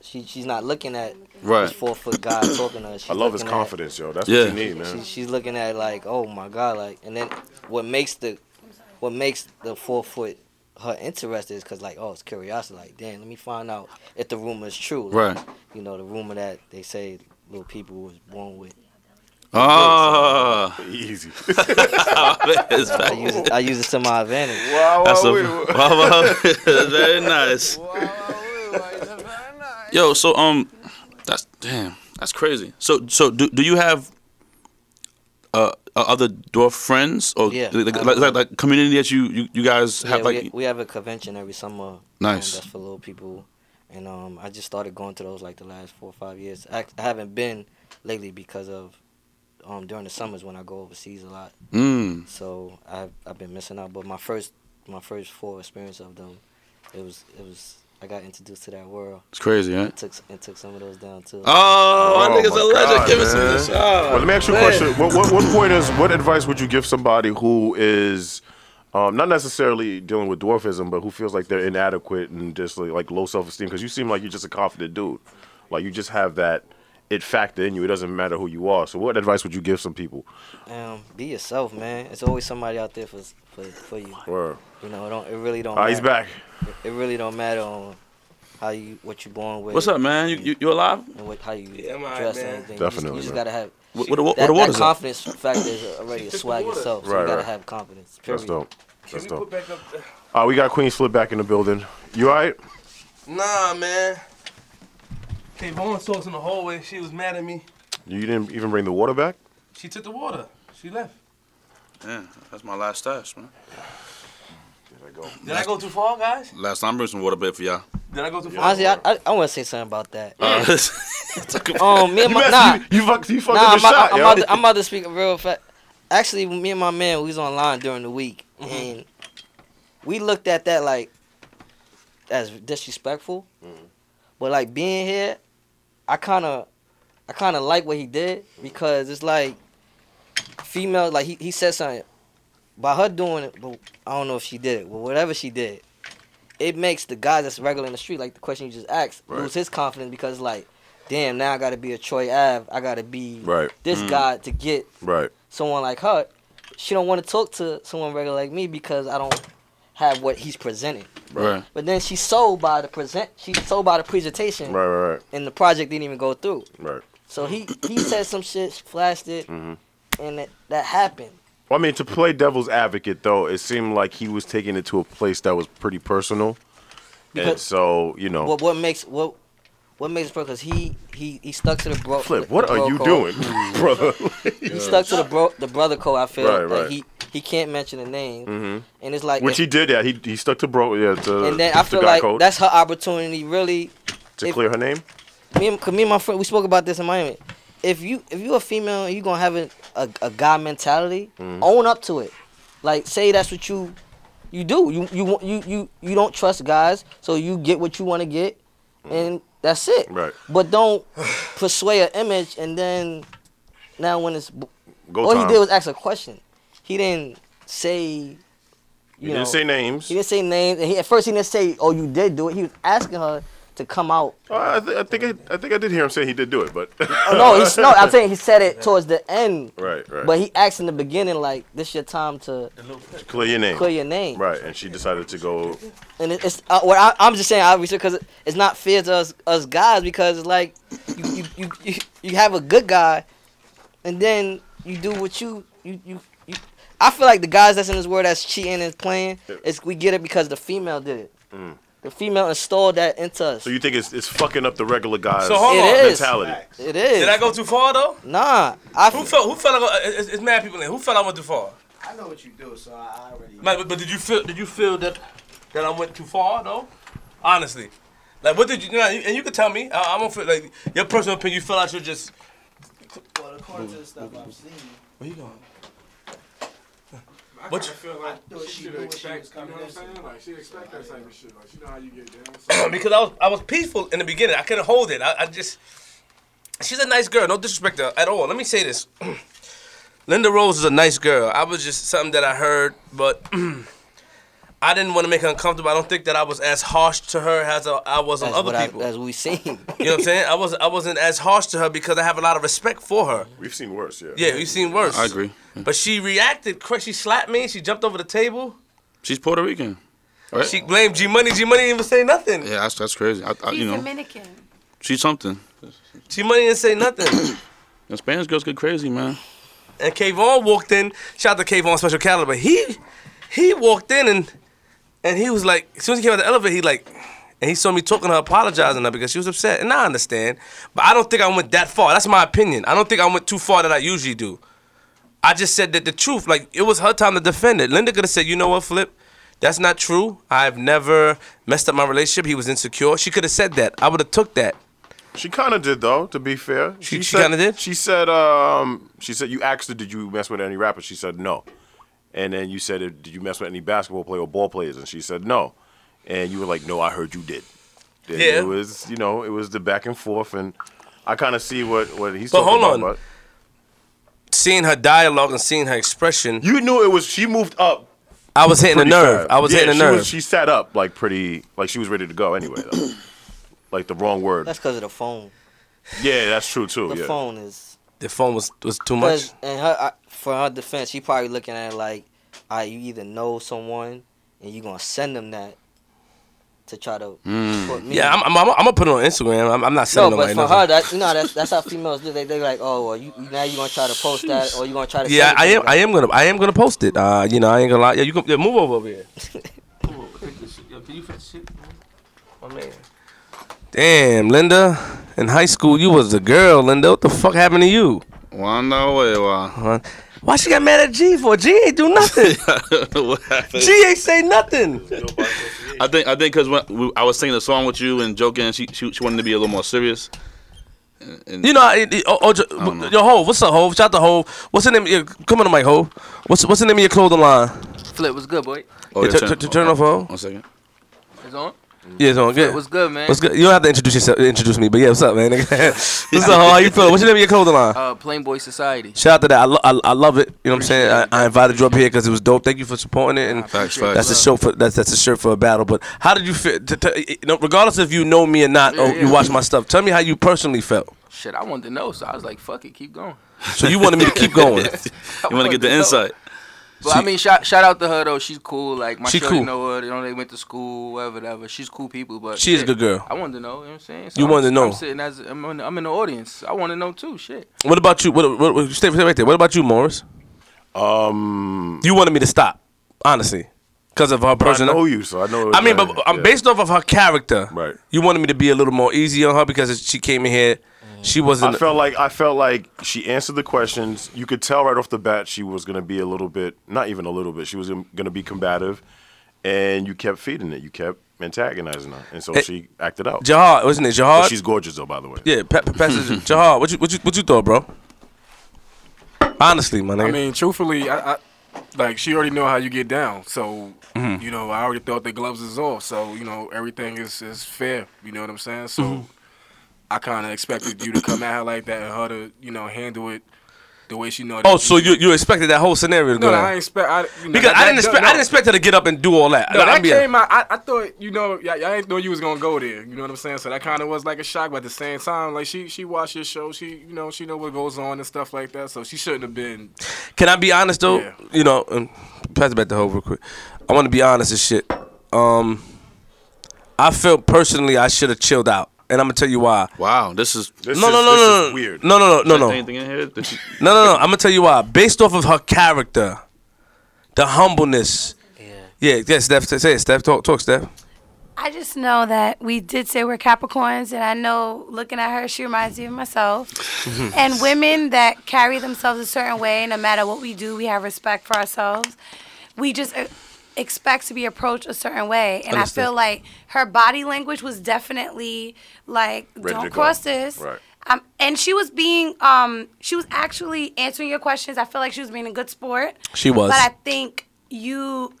she she's not looking at
Right.
this four foot guy talking to her. She's
I love his
looking at-
confidence, yo. That's what
Yeah.
you need, man.
she, she's looking at like, oh my god, like, and then what makes the, what makes the four foot her interested is because like, oh, it's curiosity. Like, damn, let me find out if the rumor is true. Like,
Right.
You know, the rumor that they say little people was born with.
Ah,
easy.
I use it. I use it to my advantage.
That's a, wow, wow. That's very nice. Yo, so um, that's damn, that's crazy. So so do do you have uh uh, other dwarf friends or
Yeah.
like, like, like, like community that you you, you guys have
yeah,
like
we, we have a convention every summer. um,
Nice.
that's for little people, and um, I just started going to those like the last four or five years. I, I haven't been lately because of um during the summers when I go overseas a lot.
Mm.
So I've I've been missing out. But my first my first full experience of them, it was it was. I got introduced to that world.
It's crazy, right?
And took, and took some of those down too.
Oh,
my God, man. well, let me Ah, ask you a question. What, what, what point is what advice would you give somebody who is um, not necessarily dealing with dwarfism, but who feels like they're inadequate and just like, like low self esteem? Because you seem like you're just a confident dude. Like you just have that it factor in you. It doesn't matter who you are. So, what advice would you give some people?
Um, be yourself, man. It's always somebody out there for for, for you.
Word.
You know, it don't it really don't.
Ah, he's
matter. It, it really don't matter on how you what you born with.
What's up, man? You you, you alive?
And what how you
I'm alright,
dress and
man.
everything.
Definitely,
You just, you just
man.
gotta have.
What- what the wa-
that,
what the
that
water's up?
confidence factor is already a
Just the
swag
water.
itself. Oh, So
Right,
you gotta
right.
have confidence.
That's
Period.
dope. That's
we
dope.
put back up the-
Uh, we got Queen Slip back in the building. You all right?
Nah, man. Kayvon saw us in the hallway. She was mad at me.
You didn't even bring the water back?
She took the water. She left.
Yeah, that's my last stash, man.
Did I go too far, guys?
Last time I bring some water bed for y'all.
Did I go too far?
Honestly, I, I, I want to say something about that.
Uh,
um, me and
You
my
messed-
nah,
you- you fucked- you fucked
nah,
up
I'm,
the shot,
I'm,
yo.
about to, I'm about to speak real fact. Actually, me and my man, we was online during the week,
Mm-hmm.
and we looked at that like as disrespectful.
Mm-hmm.
But like being here, I kind of, I kind of like what he did because it's like female. Like he, he said something by her doing it, but I don't know if she did it. But whatever she did, it makes the guy that's regular in the street, like the question you just asked,
Right.
lose his confidence because like, damn, now I gotta be a Troy Ave, I gotta be
Right.
this
Mm.
guy to get
Right.
someone like her. She don't want to talk to someone regular like me because I don't have what he's presenting.
Right.
But then she's sold by the present. She's sold by the presentation.
Right, right, right.
And the project didn't even go through.
Right.
So he he said some shit, flashed it,
Mm-hmm.
and that, that happened.
Well, I mean, to play devil's advocate, though, it seemed like he was taking it to a place that was pretty personal. and
Because-
so, you know,
What what makes what what makes it because he he he stuck to the bro.
Flip,
the
what
bro
are you
code.
doing, brother?
He stuck to the bro the brother code. I feel
Right,
like
right.
he he can't mention the name,
Mhm.
and it's like
Which he
if-
did, yeah. He, he stuck to bro, yeah, to,
and then I
to
feel
guy
like
code
that's her opportunity. Really,
to
if-
clear her name.
me and, 'cause me and my friend we spoke about this in Miami. If you if you a female and you gonna have a, a, a guy mentality,
Mhm.
Mm-hmm.
Oh,
own up to it. Like say that's what you you do. You you want- you you you don't trust guys, so you get what you want to get, and that's it.
Mm-hmm. Right.
But don't persuade an image and then now when it's
Go
all
time.
he did was ask a question. He didn't say
He didn't say names.
He didn't say names. And he, at first he didn't say, "Oh, you did do it." He was asking her to come out
Uh, I, th- I think I, I think I did hear him say he did do it, but
Oh, no, he's no. I'm saying he said it towards the end.
Right, right.
But he asked in the beginning, like, "This your time to
clear your name.
clear your name."
Right, and she decided to go.
And it, it's uh, what I, I'm just saying, obviously, because it's not fair to us us guys because it's like you you, you, you you have a good guy, and then you do what you you you. you I feel like the guys that's in this world that's cheating and playing, it's, we get it because the female did it.
Mm.
The female installed that into us.
So you think it's, it's fucking up the regular guy's
So hold on. It is.
mentality?
It is.
Did I go too far though?
Nah. I
who felt? Who felt? I go- It's, it's mad people in. Who felt I went too far?
I know what you do, so I already.
Man, but, but did you feel? Did you feel that that I went too far though? Honestly, like what did you? you know, and you can tell me. I, I don't feel like your personal opinion. You feel I should just.
Well, according to the stuff I've seen,
Where you going?
But you feel like she should expect, you know what I'm saying? Like she expect that type of shit. Like she know how you get down.
because I was I was peaceful in the beginning. I couldn't hold it. I, I just she's a nice girl. No disrespect to her at all. Let me say this. Linda Rose is a nice girl. I was just something that I heard, but I didn't want to make her uncomfortable. I don't think that I was as harsh to her as I I was on
That's
other
what I-
people.
as we seen.
You know what I'm saying? I was I wasn't as harsh to her because I have a lot of respect for her.
We've seen worse, yeah.
Yeah, we've seen worse.
I agree.
But she reacted quick. She slapped me. She jumped over the table.
She's Puerto Rican. Right?
She blamed G Money. G Money didn't even say nothing.
yeah, that's that's crazy. I, I, Uh, you know,
Dominican.
she's something.
G Money didn't say nothing.
The Spanish girls get crazy, man.
and Kayvon walked in. Shout out to Kayvon Special Caliber. He he walked in and and he was like, as soon as he came out the elevator, he like, and he saw me talking to her, apologizing to her because she was upset. And I understand, but I don't think I went that far. That's my opinion. I don't think I went too far that I usually do. I just said that the truth. Like it was her time to defend it. Linda could have said, you know what, Flip. That's not true. I've never messed up my relationship. He was insecure. She could have said that. I would have took that.
She kind of did though. To be fair, she,
she
said-
kinda did?
She said, um, she said you asked her, did you mess with any rappers? She said no, and then you said, did you mess with any basketball player or ball players? And she said no, and you were like, no, I heard you did. Then
Yeah.
It was you know it was the back and forth, and I kind of see what what he's
But
talking
hold
about.
on. Seeing her dialogue and seeing her expression,
you knew it was. She moved up.
I was hitting the nerve. I was
yeah,
hitting the
she
nerve.
she sat up like pretty, like she was ready to go anyway. Though. like the wrong word.
That's because of the phone.
yeah, that's true too.
The
yeah.
phone is.
The phone was was too much.
Because and her I- for her defense, she probably looking at it like, all right, you either know someone and you gonna send them that to try to put me.
Yeah, I'm, I'm, I'm, I'm gonna put it on Instagram. I'm, I'm not
no,
selling
but
nobody.
for
nothing.
her, that, you know, that's that's how females do. They they like, oh, well, you now you gonna try to post that, or you gonna try to.
yeah,
send it
I
to
am.
me.
I am gonna. I am gonna post it. Uh, you know, I ain't gonna lie. Yeah, you can yeah, move over over here. Damn, Linda. In high school, you was the girl, Linda. What the fuck happened to you?
Wanda Hueva.
Huh? Why she got mad at G for? G ain't do nothing.
what happened?
G ain't say nothing.
I think I think because when we, I was singing a song with you and joking, she she, she wanted to be a little more serious. And, and
You know, it, it, oh, oh, jo- yo, Hov, what's up, Hov? Shout out to Hov. What's the name? Of your, come on, the mic, Hov. What's what's the name of your clothing line?
Flip, what's good, boy?
Oh,
Yeah,
yeah,
tu- tu- tu- turn off, Hov.
One second.
It's on?
Yeah, it's on. Good.
What's good, man?
What's good? You don't have to introduce yourself. Introduce me, but yeah, what's up, man? what's up? How you feeling? What's your name of your clothing line?
Uh, Plain Boy Society.
Shout out to that. I, lo- I, I love it. You know what I'm saying? I, I invited you up here because it was dope. Thank you for supporting it. And
Facts, facts.
that's a show for that's that's a shirt for a battle. But how did you feel? T- t- you know, regardless if you know me or not, or
Yeah,
you
yeah.
watch my stuff. Tell me how you personally felt.
Shit, I wanted to know, so I was like, fuck it, keep going.
So you wanted me to keep going.
You want to get the insight?
But I mean, shout, shout out to her though. She's cool. Like my
She
shorty
cool.
know her. You know they went to school, whatever, whatever. She's cool people, but
She is a
shit,
good girl.
I wanted to know. You know what I'm saying?
You
I'm-
wanted to know.
I'm sitting as I'm in, I'm in the audience. I want to know too. Shit.
What about you? What, what, what stay, stay right there. What about you, Morris?
Um,
You wanted me to stop, honestly, because of her
I
personal.
know you, so I know.
I mean, but um,
yeah.
based off of her character,
Right.
You wanted me to be a little more easy on her because she came in here, she wasn't.
I felt like I felt like she answered the questions. You could tell right off the bat she was gonna be a little bit, not even a little bit. She was gonna- gonna be combative, and you kept feeding it. You kept antagonizing her, and so
Eh,
she acted out.
Jahar, wasn't it
But
Jahar?
she's gorgeous though, by the way.
yeah, pa- pa- Pastor Jahar, what you what you what you thought, bro? Honestly, my nigga.
I mean, truthfully, I, I like she already know how you get down. So
Mm-hmm.
you know, I already thought the gloves is off. So you know, everything is is fair. You know what I'm saying? So
Mm-hmm.
I kind of expected you to come at her like that and her to you know handle it the way she know.
oh,
that
so you you expected that whole scenario to go
No, no,
down?
I ain't expect. I, you know,
because
that-
I didn't
that-
expect
no.
I didn't expect her to get up and do all that.
No,
Like,
that
I'll be a-
came out. I, I thought, you know, yeah, yeah, I didn't know you was gonna go there. You know what I'm saying? So that kind of was like a shock. But at the same time, like she, she watched your show. She, you know, she know what goes on and stuff like that. So she shouldn't have been.
Can I be honest though?
Yeah.
You know, and pass it back to Hope real quick. I want to be honest and shit. Um, I felt personally I should have chilled out, and I'm gonna tell you why.
Wow, this is
This
no,
is,
no, no,
this
no,
is
no,
weird.
no, no, no, no, no.
Anything in here? Did she-
No, no, no. I'm gonna tell you why. Based off of her character, the humbleness. Yeah. Yeah. Yeah. Steph, say it. Steph, talk, talk, Steph.
I just know that we did say we're Capricorns, and I know looking at her, she reminds me of myself.
Mm-hmm.
Mm-hmm.
and women that carry themselves a certain way, no matter what we do, we have respect for ourselves. We just uh, expect to be approached a certain way, and
Understood.
I feel like her body language was definitely like,
Ready to
"Don't
go."
cross this."
Right.
Um, and she was being, um, she was actually answering your questions. I feel like she was being a good sport.
She was.
But I think you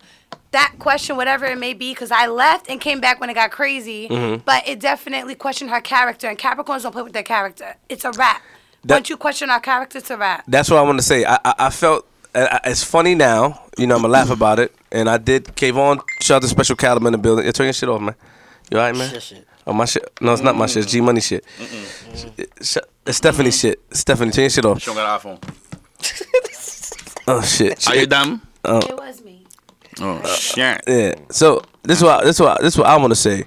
that question, whatever it may be, because I left and came back when it got crazy.
Mhm.
But it definitely questioned her character, and Capricorns don't play with their character. It's a wrap.
That-
Once you question our character, it's a wrap.
That's what I want to say. I, I, I felt I, I- it's funny now. You know, I'm gonna laugh about it, and I did. Kayvon, shout out to Special Caliber in the building. You're turning your shit off, man. You alright, man?
Your shit.
Oh my shit! No, it's not my shit. It's G Money shit. Sh- It's Stephanie shit. Stephanie, turn your shit off.
She don't got an iPhone.
Oh shit!
Are you dumb?
Oh.
It was me.
Oh shit!
Yeah. So this is what this is what this is what I want to say.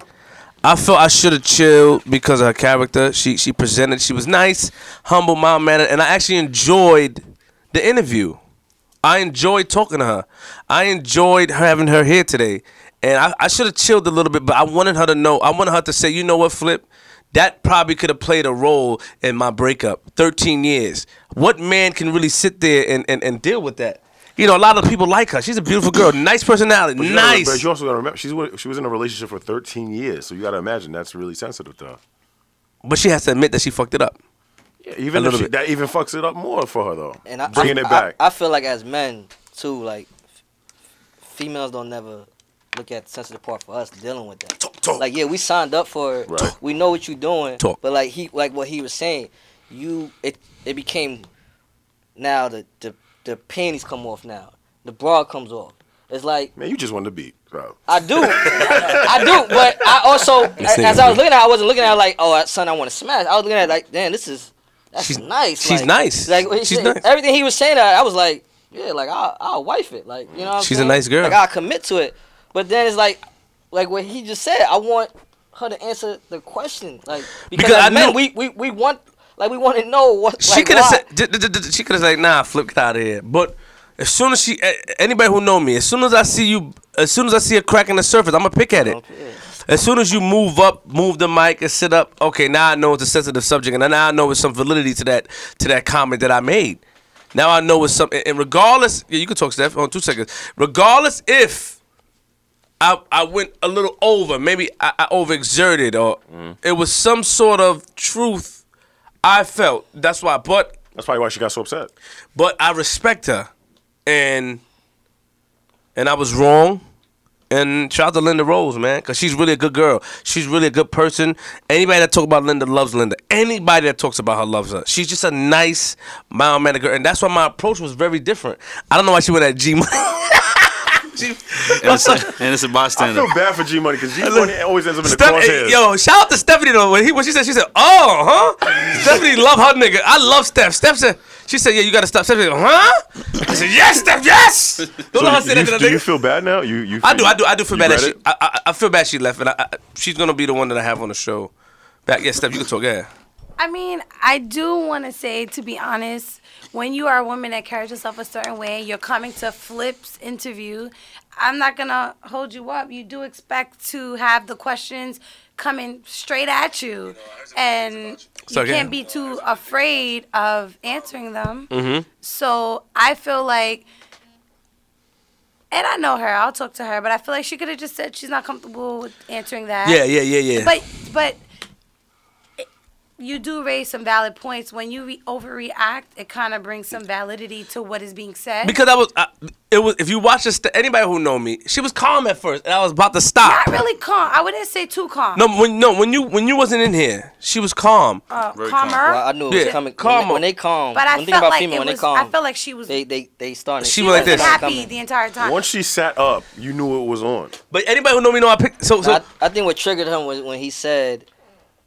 I felt I should have chilled because of her character. She she presented. She was nice, humble, mild mannered, and I actually enjoyed the interview. I enjoyed talking to her. I enjoyed her having her here today, and I, I should have chilled a little bit. But I wanted her to know. I wanted her to say, you know what, Flip, that probably could have played a role in my breakup. Thirteen years. What man can really sit there and and, and deal with that? You know, a lot of people like her. She's a beautiful girl, nice personality,
But you gotta-
nice.
but you also got to remember she's with- she was in a relationship for 13 years, so you got to imagine that's really sensitive to her.
But she has to admit that she fucked it up.
even
a
if
little
she,
bit.
that even fucks it up more for her though.
And I,
bringing
I,
it back.
I, I feel like as men too, like f- females don't never look at the sensitive part for us dealing with that. Like yeah, we signed up for it.
Right.
We know what you're doing.
Talk.
But like he, like what he was saying, you it it became now the the the panties come off now. The bra comes off. It's like
Man, you just wanted to beat. bro.
I do. I do, but I also,
This
as
nigga
I
be-
was looking at, it, I wasn't looking at it like, oh, son, I want to smash. I was looking at it like, damn, this is that's
She's-
nice.
she's
like-
nice.
Like what he
She's
said-
nice.
everything he was saying, I, I was like, yeah, like I'll, I'll wife it. Like you know, what I'm
She's a
saying?
nice girl.
Like I commit to it. But then it's like, like what he just said, I want her to answer the question, like because,
Because I
as men,
knew-
we, we we want like we want to know what
She
like,
could have
why.
said, d- d- d- d- she could have said, nah, flip it out of here. But as soon as she, a- anybody who know me, as soon as I see you, as soon as I see a crack in the surface, I'm gonna pick at it. As soon as you move up, move the mic and sit up, okay, now I know it's a sensitive subject, and now I know it's some validity to that to that comment that I made. Now I know it's something. And regardless, yeah, you can talk, Steph, on two seconds. Regardless if I, I went a little over. Maybe I, I overexerted, or
Mm-hmm.
it was some sort of truth I felt. That's why. But
that's probably why she got so upset.
But I respect her, and and I was wrong. And shout out to Linda Rose, man, because she's really a good girl. She's really a good person. Anybody that talks about Linda loves Linda. Anybody that talks about her loves her. She's just a nice, mild mannered girl, and that's why my approach was very different. I don't know why she went at G Money.
Innocent, innocent bystander.
I feel bad for G Money because G Money always ends up in the
Steph-
crosshairs.
yo, shout out to Stephanie though. When, he, when she said, she said, "Oh, huh?" Stephanie love her nigga. I love Steph. Steph said, she said, "Yeah, you gotta stop." Steph said, "Huh?" I said, "Yes, Steph, yes." Don't let her
So
say that
you,
to the
do you
nigga.
feel bad now? You, you
I do, I do, I do feel
you
bad that
read
she.
it?
I, I, I feel bad she left, and I, I, she's gonna be the one that I have on the show. Back, yeah, Steph, you can talk. Yeah,
I mean, I do want to say, to be honest, when you are a woman that carries yourself a certain way, you're coming to Flip's interview. I'm not gonna hold you up. You do expect to have the questions coming straight at you, and
So,
you
yeah.
can't be too afraid of answering them.
Mhm.
So I feel like, and I know her. I'll talk to her, but I feel like she could have just said she's not comfortable with answering that.
Yeah, yeah, yeah, yeah.
But but it- you do raise some valid points. When you re- overreact, it kind of brings some validity to what is being said.
because I was, I, it was. If you watch this, anybody who know me, she was calm at first, and I was about to stop.
not really calm. I wouldn't say too calm.
No, when no, when you when you wasn't in here, she was calm.
Uh, Very calmer? calm. Well, I
knew it was coming- when they- when they calm.
But I
One thing
felt
about
like
female,
it
when they
was.
calm,
I felt like she was.
they they they started.
She was like this.
happy the entire time.
Once she sat up, you knew it was on.
But anybody who know me know I picked. So, so
I, I think what triggered him was when he said,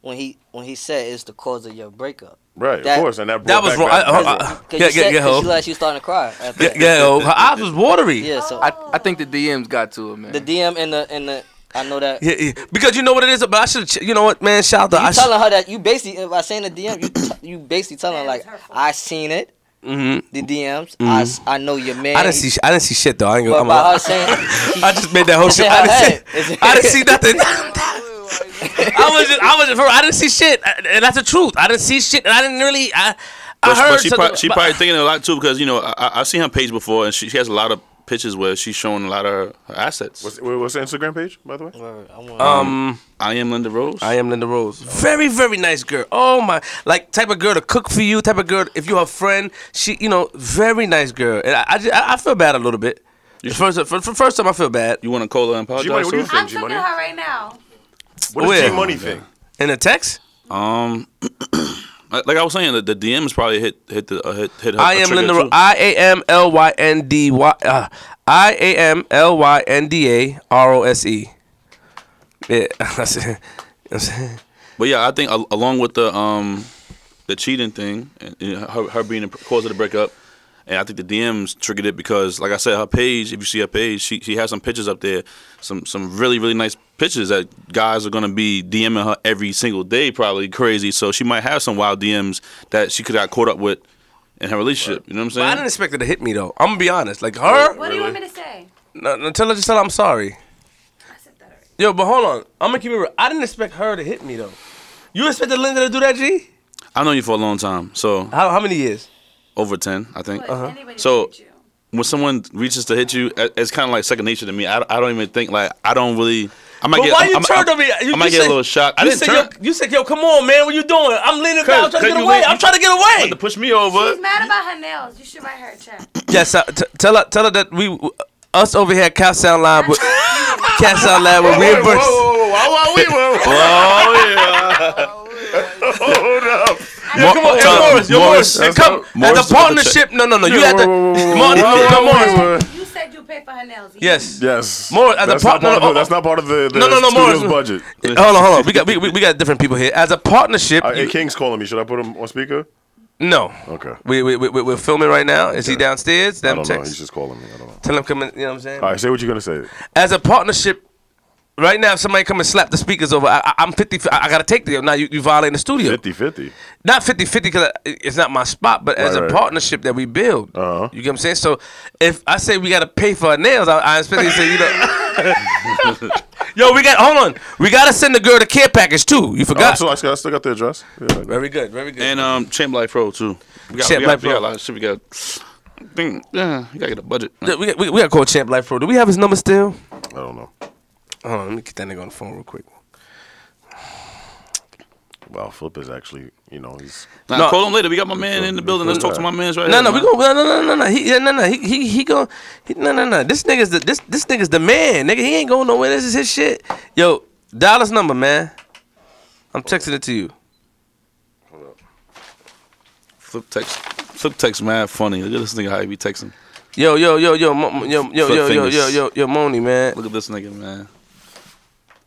when he when he said it's the cause of your breakup.
Right, of course, and that brought
That was
back
wrong.
Bad
I- I-
memories.
I-
Cause
Yeah,
you
yeah,
said,
yeah,
cause
ho.
you realized you was starting to cry. at
yeah,
that.
yeah, yo, her eyes was watery.
Yeah, so
I, I think the DMs got to it, man.
the DM and the and the I know that.
Yeah, yeah. Because you know what it is, but I should. You know what, man? Shout out to.
You
I
telling her that you basically by saying the DM, you t- you basically telling her like I seen it,
Mhm.
the DMs.
Mhm.
I s I I, know your man.
I didn't see. sh- I didn't see shit though. I ain't
But
gonna. I'm
by her
gonna
saying,
I just made that whole
It's
shit.
in
I
her
didn't,
head. It's
see,
in
I
her
didn't see nothing. I was just. I was just. I didn't see shit, and that's the truth. I didn't see shit, and I didn't really. I. I
But,
heard.
but she,
something-
probably, she
but-
probably thinking a lot too because you know I, I- I've seen her page before and she, she has a lot of pictures where she's showing a lot of her, her assets.
What's, what's the Instagram page, by the way?
Um,
I am Linda Rose. I
am Linda Rose. very very nice girl. Oh my, like type of girl to cook for you. Type of girl if you're her friend. She, you know, very nice girl, and I. I, just, I, I feel bad a little bit. The first, for, for the first time, I feel bad. You
want a cola and apologize?
G-Money, what do you
I'm talking to her right now.
What does G-Money
think?
In a text?
Um, like like I was saying, the, the DMs probably hit hit the uh, hit hit. her-
I
a
am
trigger,
Linda.
too.
I A M L Y N D Y. uh, I A M L Y N D A R O S E. Yeah, that's it. That's it.
But yeah, I think al- along with the um the cheating thing and, and her, her being the cause of the breakup, and I think the DMs triggered it because, like I said, her page. If you see her page, she she has some pictures up there, some some really really nice pictures that guys are gonna be DMing her every single day, probably crazy. So she might have some wild DMs that she could have got caught up with in her relationship. You know what I'm
But
saying?
I didn't expect it to hit me though. I'm gonna be honest. Like her.
What do you want me to say?
No, no, tell her just tell her I'm sorry. Yo, but hold on. I'm gonna keep it real. I didn't expect her to hit me though. You expected Linda to do that, G?
I know you for a long time, so
how, how many years? Uh-huh.
Over ten, I think. So when someone reaches to hit you, it- it's kind of like second nature to me. I, I don't even think like I don't really. I might
but
get.
why
I'm-
you
I'm-
turned
I'm-
on me? You,
I might
you
get a little shocked. I
you
didn't
said,
turn.
Yo, you said, "Yo, come on, man, what you doing? I'm leaning back, I'm trying to get away. I'm trying to get away."
To push me over.
She's mad about her nails. You should write her a check.
Yes, uh, t- tell her, tell her that we, us over here, at Cat Sound Lab, with, Cat Sound Lab, will
Wait,
reimburse.
whoa, whoa, whoa, whoa, wait, whoa. Hold up.
Yeah, come on, hey, Morris, yo, Morris, hey, come at the partnership. No, no, no, you
Yeah,
had the
whoa, whoa, whoa,
Mor-
whoa,
no,
whoa,
no,
whoa,
Morris.
whoa, whoa.
You said you paid for her nails.
Yes,
yes.
Morris, as
That's
a
not
partner,
part of
no,
the- that's not part of the, the
no, no, no,
studio's
Morris.
budget.
Hold on, hold on. We got, we, we, we got different people here. As a partnership,
Uh, hey, King's calling me. Should I put him on speaker?
no.
Okay.
We, we, we, we're filming right now. Is he downstairs?
I
Them
don't know.
text.
He's just calling me. I don't know.
Tell him come in, you know what I'm saying?
All right, say what you're gonna say.
As a partnership, right now, if somebody come and slap the speakers over, I, I, I'm 50, I, I gotta take the, now you, you violating the studio.
50-50.
Not 50 50 because it's not my spot, but as
Right,
a
right.
partnership that we build. Uh-huh. You get what I'm saying? So if I say we got to pay for our nails, I, I expect you to say, you know. Yo, we got, hold on. We got to send the girl the care package too. You
Oh,
forgot.
so I still, I still got the address. Yeah.
Very good, very good.
And um, Champ Life Pro too. We got,
Champ
we got,
Life
we got
Pro.
a lot of shit. We got. Thing. Yeah, you gotta get a budget.
Yeah, we, got- we, we got to call Champ Life Pro. Do we have his number still?
I don't know.
Hold on, let me get that nigga on the phone real quick.
Wow, Flip is actually, you know, he's.
Nah, call him later. We got my man in the building. Let's talk to my man's right here,
No, no, we
man.
go. No, no, no, no, no. He, yeah, no, no. He, he, he go. He, no, no, no. This nigga's the this this nigga's the man. Nigga, he ain't going nowhere. This is his shit. Yo, dial his number, man. I'm texting it to you.
Flip text. Flip text. Mad funny. Look at this nigga how he be texting.
Yo, yo, yo, yo, mo- mo- yo, yo,
Flip
yo, yo,
fingers.
yo, yo, yo, Moni, man.
Look at this nigga, man.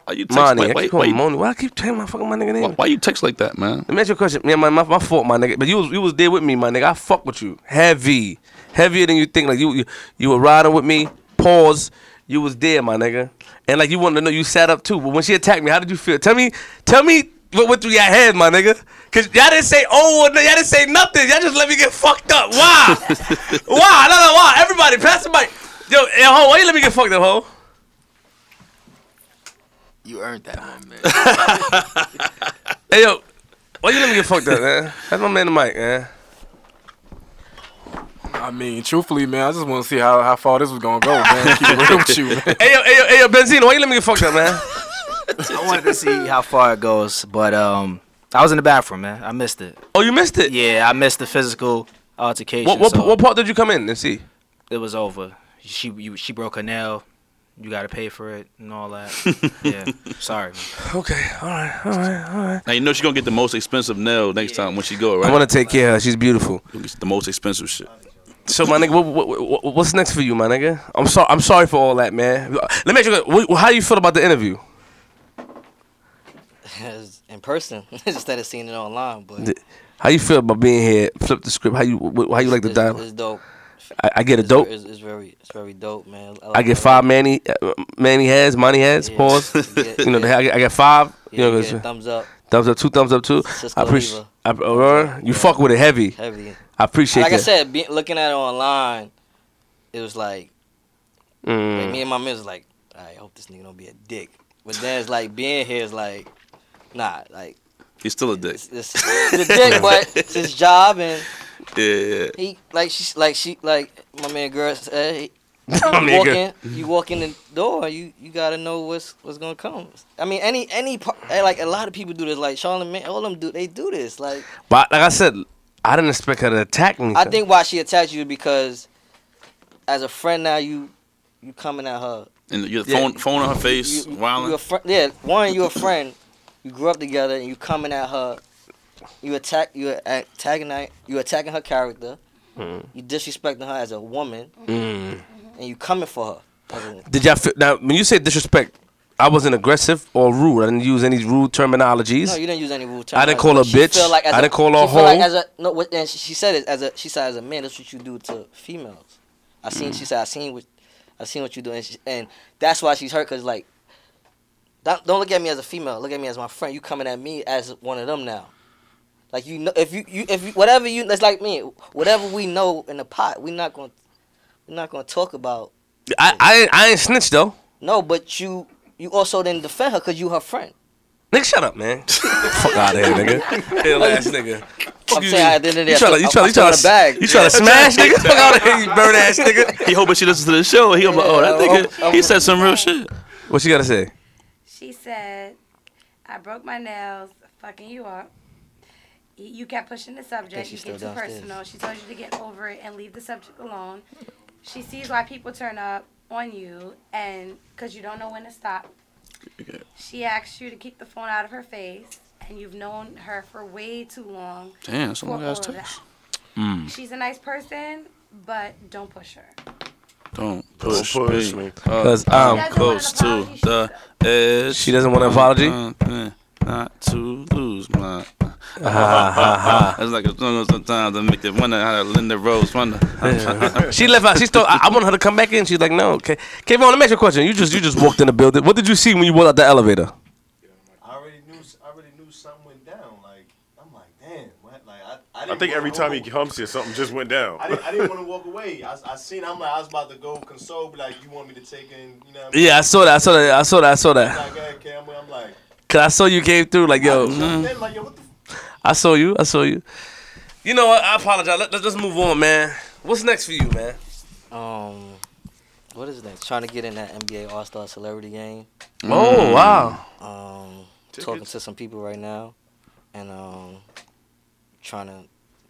Are you text-
Monty,
wait,
I
wait,
keep calling
wait.
him Monty. Why I keep telling my fucking my nigga name?
Why you text like that, man?
Let me ask you a question. Yeah, my, my, my fault, my nigga. But you was you was there with me, my nigga. I fuck with you. Heavy. Heavier than you think. Like you you, you were riding with me. Pause. You was there, my nigga. And like you wanted to know you sat up too. But when she attacked me, how did you feel? Tell me, tell me what went through your head, my nigga. Cause y'all didn't say oh or no- y'all didn't say nothing. Y'all just let me get fucked up. Why? why? No, no, why? Everybody, pass the mic. Yo, hey, ho, why you let me get fucked up, ho?
You earned that one, man.
Hey yo, why you let me get fucked up, man? That's my man the mic, man.
I mean, truthfully, man, I just want to see how, how far this was gonna go, man. Keep it real with you, man.
Hey yo, hey yo, hey yo, Benzino, why you let me get fucked up, man?
I wanted to see how far it goes, but um, I was in the bathroom, man. I missed it.
Oh, you missed it?
Yeah, I missed the physical altercation.
What, what,
so
what part did you come in and see?
It was over. She you, she broke her nail. You got to pay for it and all that. yeah, sorry.
Okay, all right, all right, all right.
Now you know she's gonna get the most expensive nail next time when she go, right?
I want to take care of her. She's beautiful.
It's the most expensive shit.
So my nigga, what, what, what, what's next for you, my nigga? I'm sorry, I'm sorry for all that, man. Let me ask you, what, how do you feel about the interview?
in person instead of seeing it online. But
Th- How you feel about being here? Flip the script. How you, wh- wh- how you like the
it's,
dialogue?
It's dope.
I, I get a
It's-
dope.
It's, it's very, it's very dope, man.
I
like
get
it.
five Manny, uh, Manny has, Money has, pause. you know, I, get, I get five.
Yeah,
you know,
you get a thumbs up.
Thumbs up, two thumbs up, too.
Cisco
I appreciate.
Lever.
I, uh, you fuck with it heavy.
Heavy.
I appreciate
Like
that.
I said, be, looking at it online, it was like,
Mm.
like, me and my man was like, I hope this nigga don't be a dick. But then it's like being here is like, nah, like
He's still a dick.
it's, it's a dick, but it's his job and
Yeah, yeah.
he like she like she like my man girl said. He,
My
you
man
walk
girl.
in, you walk in the door. You you gotta know what's what's gonna come. I mean, any any par- eh, like a lot of people do this. Like Charlamagne, all them do they do this. Like
But like I said, I didn't expect her to attack me.
I think why she attacked you is because as a friend now you you coming at her.
And you're phone- phone in her face, wilding.
You a fri- yeah, one, you're a friend. You grew up together, and you coming at her. You attack, you attacking, you attacking her character.
Mhm.
You disrespecting her as a woman,
Mm.
and you coming for her. as a-
Did y'all feel, now when you say disrespect? I wasn't aggressive or rude. I didn't use any rude terminologies.
No, you didn't use any rude terms.
I didn't call her
She
bitch.
feel like as
I
a-
didn't call her
she feel Like
hoe.
as a, no, what, and she, she said it as a. She said as a man, that's what you do to females. I seen. She said I seen what, I seen what you do, and, she, and that's why she's hurt. Cause like, don't, don't look at me as a female. Look at me as my friend. You coming at me as one of them now. Like you know, if you, you if you whatever you that's like me. Whatever we know in the pot, we not gonna, we're not gonna talk about.
I, I ain't- I ain't snitch though.
No, but you you also didn't defend her because you her friend.
Nigga, shut up, man. Fuck out of here, nigga. Hell ass nigga.
I'm saying at the end of the
You
day,
tryna- you
I'm
tryna- you
still
tryna
in the bag.
You trying to smash, nigga? Fuck out of here, you bird ass nigga.
He hoping she listens to the show. He hoping, oh, that
Yeah,
nigga, he said some real shit.
What you gotta say?
She said, I broke my nails, fucking you up. Y- You kept pushing the subject. You
she's
get too
still downstairs.
personal. She told you to get over it and leave the subject alone. She sees why people turn up on you and because you don't know when to stop. She asks you to keep the phone out of her face, and you've known her for way too long.
Damn, that's a
for
long ass
all of
text.
that.
Mm.
She's a nice person, but don't push her.
Don't push,
Don't push
me. Uh,
me.
Cause I'm
I'm close to the edge.
She doesn't want an apology?
Uh, uh, Not to lose my.
ha, ha.
It's like a song sometimes I make it wonder how Linda Rose wonder.
she left out. She still. I, I want her to come back in. She's like, no. Okay, Kayvon, let me ask you a question. You just you just walked in the building. What did you see when you walked out the elevator?
I already knew. I already knew something went down. Like I'm like, damn, what? Like I. I,
I
didn't
think
wanna
every
walk
time he
away.
humps you, something just went down.
I didn't, I didn't want to walk away. I, I seen. I'm like, I was about to go console, but like, you want me to take in, you know? What I mean?
Yeah, I saw that. I saw that. I saw that. I saw
I'm
that.
like, hey, Cam, I'm like,
Cause I saw you came through. Like, yo,
jumped in, like, yo, what the?
I saw you. I saw you. You know what? I apologize. Let, let's just move on, man. What's next for you, man?
Um, what is that? Trying to get in that NBA All Star Celebrity game.
Oh, Mm. wow.
Um, talking to some people right now, and um, trying to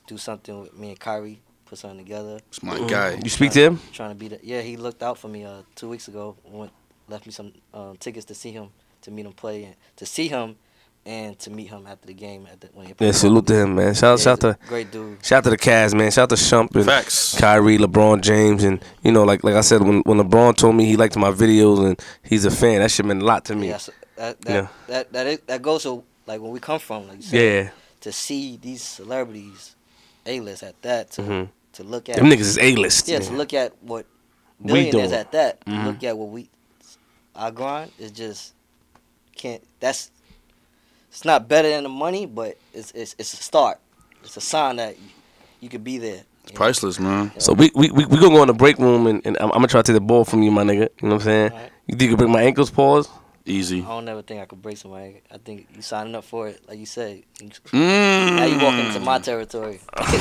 do something with me and Kyrie. Put something together. It's
my Mhm. guy.
Mm-hmm. You speak to him?
Trying to be the yeah. He looked out for me uh two weeks ago. Went left me some um, tickets to see him to meet him play and to see him. And to meet him after the game, at the, when he
Yeah, salute to him, man. Shout,
Yeah,
shout
he's
to
a great dude.
Shout out to the Cavs, man. Shout out to Shump and
Facts.
Kyrie, LeBron James, and you know, like like I said, when when LeBron told me he liked my videos and he's a fan, that shit meant a lot to me.
Yeah, so uh, that that,
Yeah.
that that is, that goes to like where we come from, like you
Yeah.
To see these celebrities, A list at that, to
Mhm.
to look at
Them niggas is A-list,
Yeah, to
man.
look at what
We
billionaires
doing.
at that. to
Mhm.
Look at what we our grind is just can't. That's it's not better than the money, but it's it's it's a start. It's a sign that you, you could be there.
It's priceless, man.
So we we we, we gonna go in the break room and, and I'm, I'm gonna try to take the ball from you, my nigga. You know what I'm saying? You think you can break my ankles, pause?
I
Easy.
don't ever think I could break somebody. I think you signing up for it, like you said.
Mm.
Now you walk into my territory.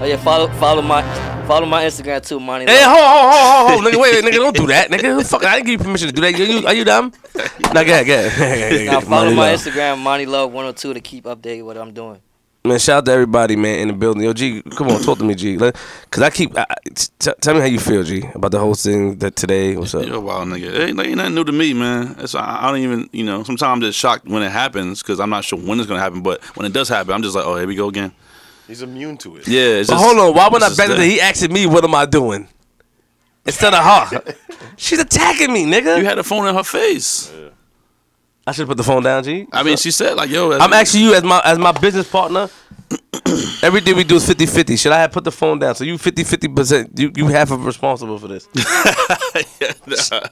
oh yeah, follow follow my follow my Instagram too, Monty.
Hey,
Love.
ho, ho, ho, ho, nigga, wait, nigga, don't do that, nigga. Fuck, I didn't give you permission to do that. You, you, are you dumb? Nah, go ahead, go ahead.
Now follow
Money
my
love.
Instagram, Monty Love 102 to keep updated what I'm doing.
Man, shout out to everybody, man, in the building. Yo, G, come on, talk to me, G. Let- Cause I keep, I, I- t- tell me how you feel, G, about the whole thing that today. What's up?
You're a wild nigga. It ain't, ain't nothing new to me, man. It's, I, I don't even, you know, sometimes it's shocked when it happens because I'm not sure when it's going to happen. But when it does happen, I'm just like, oh, here we go again.
He's immune to it.
Yeah. It's
but
just,
hold on, why would
it's
I
just
bet that
there.
he asking me what am I doing instead of her? She's attacking me, nigga.
You had a phone in her face.
I should put the phone down, G.
I mean, she said, like, yo, that's-
I'm asking you as my as my business partner. Everything we do is 50-50. Should I have put the phone down? So you 50-50%, you, you half of responsible for this.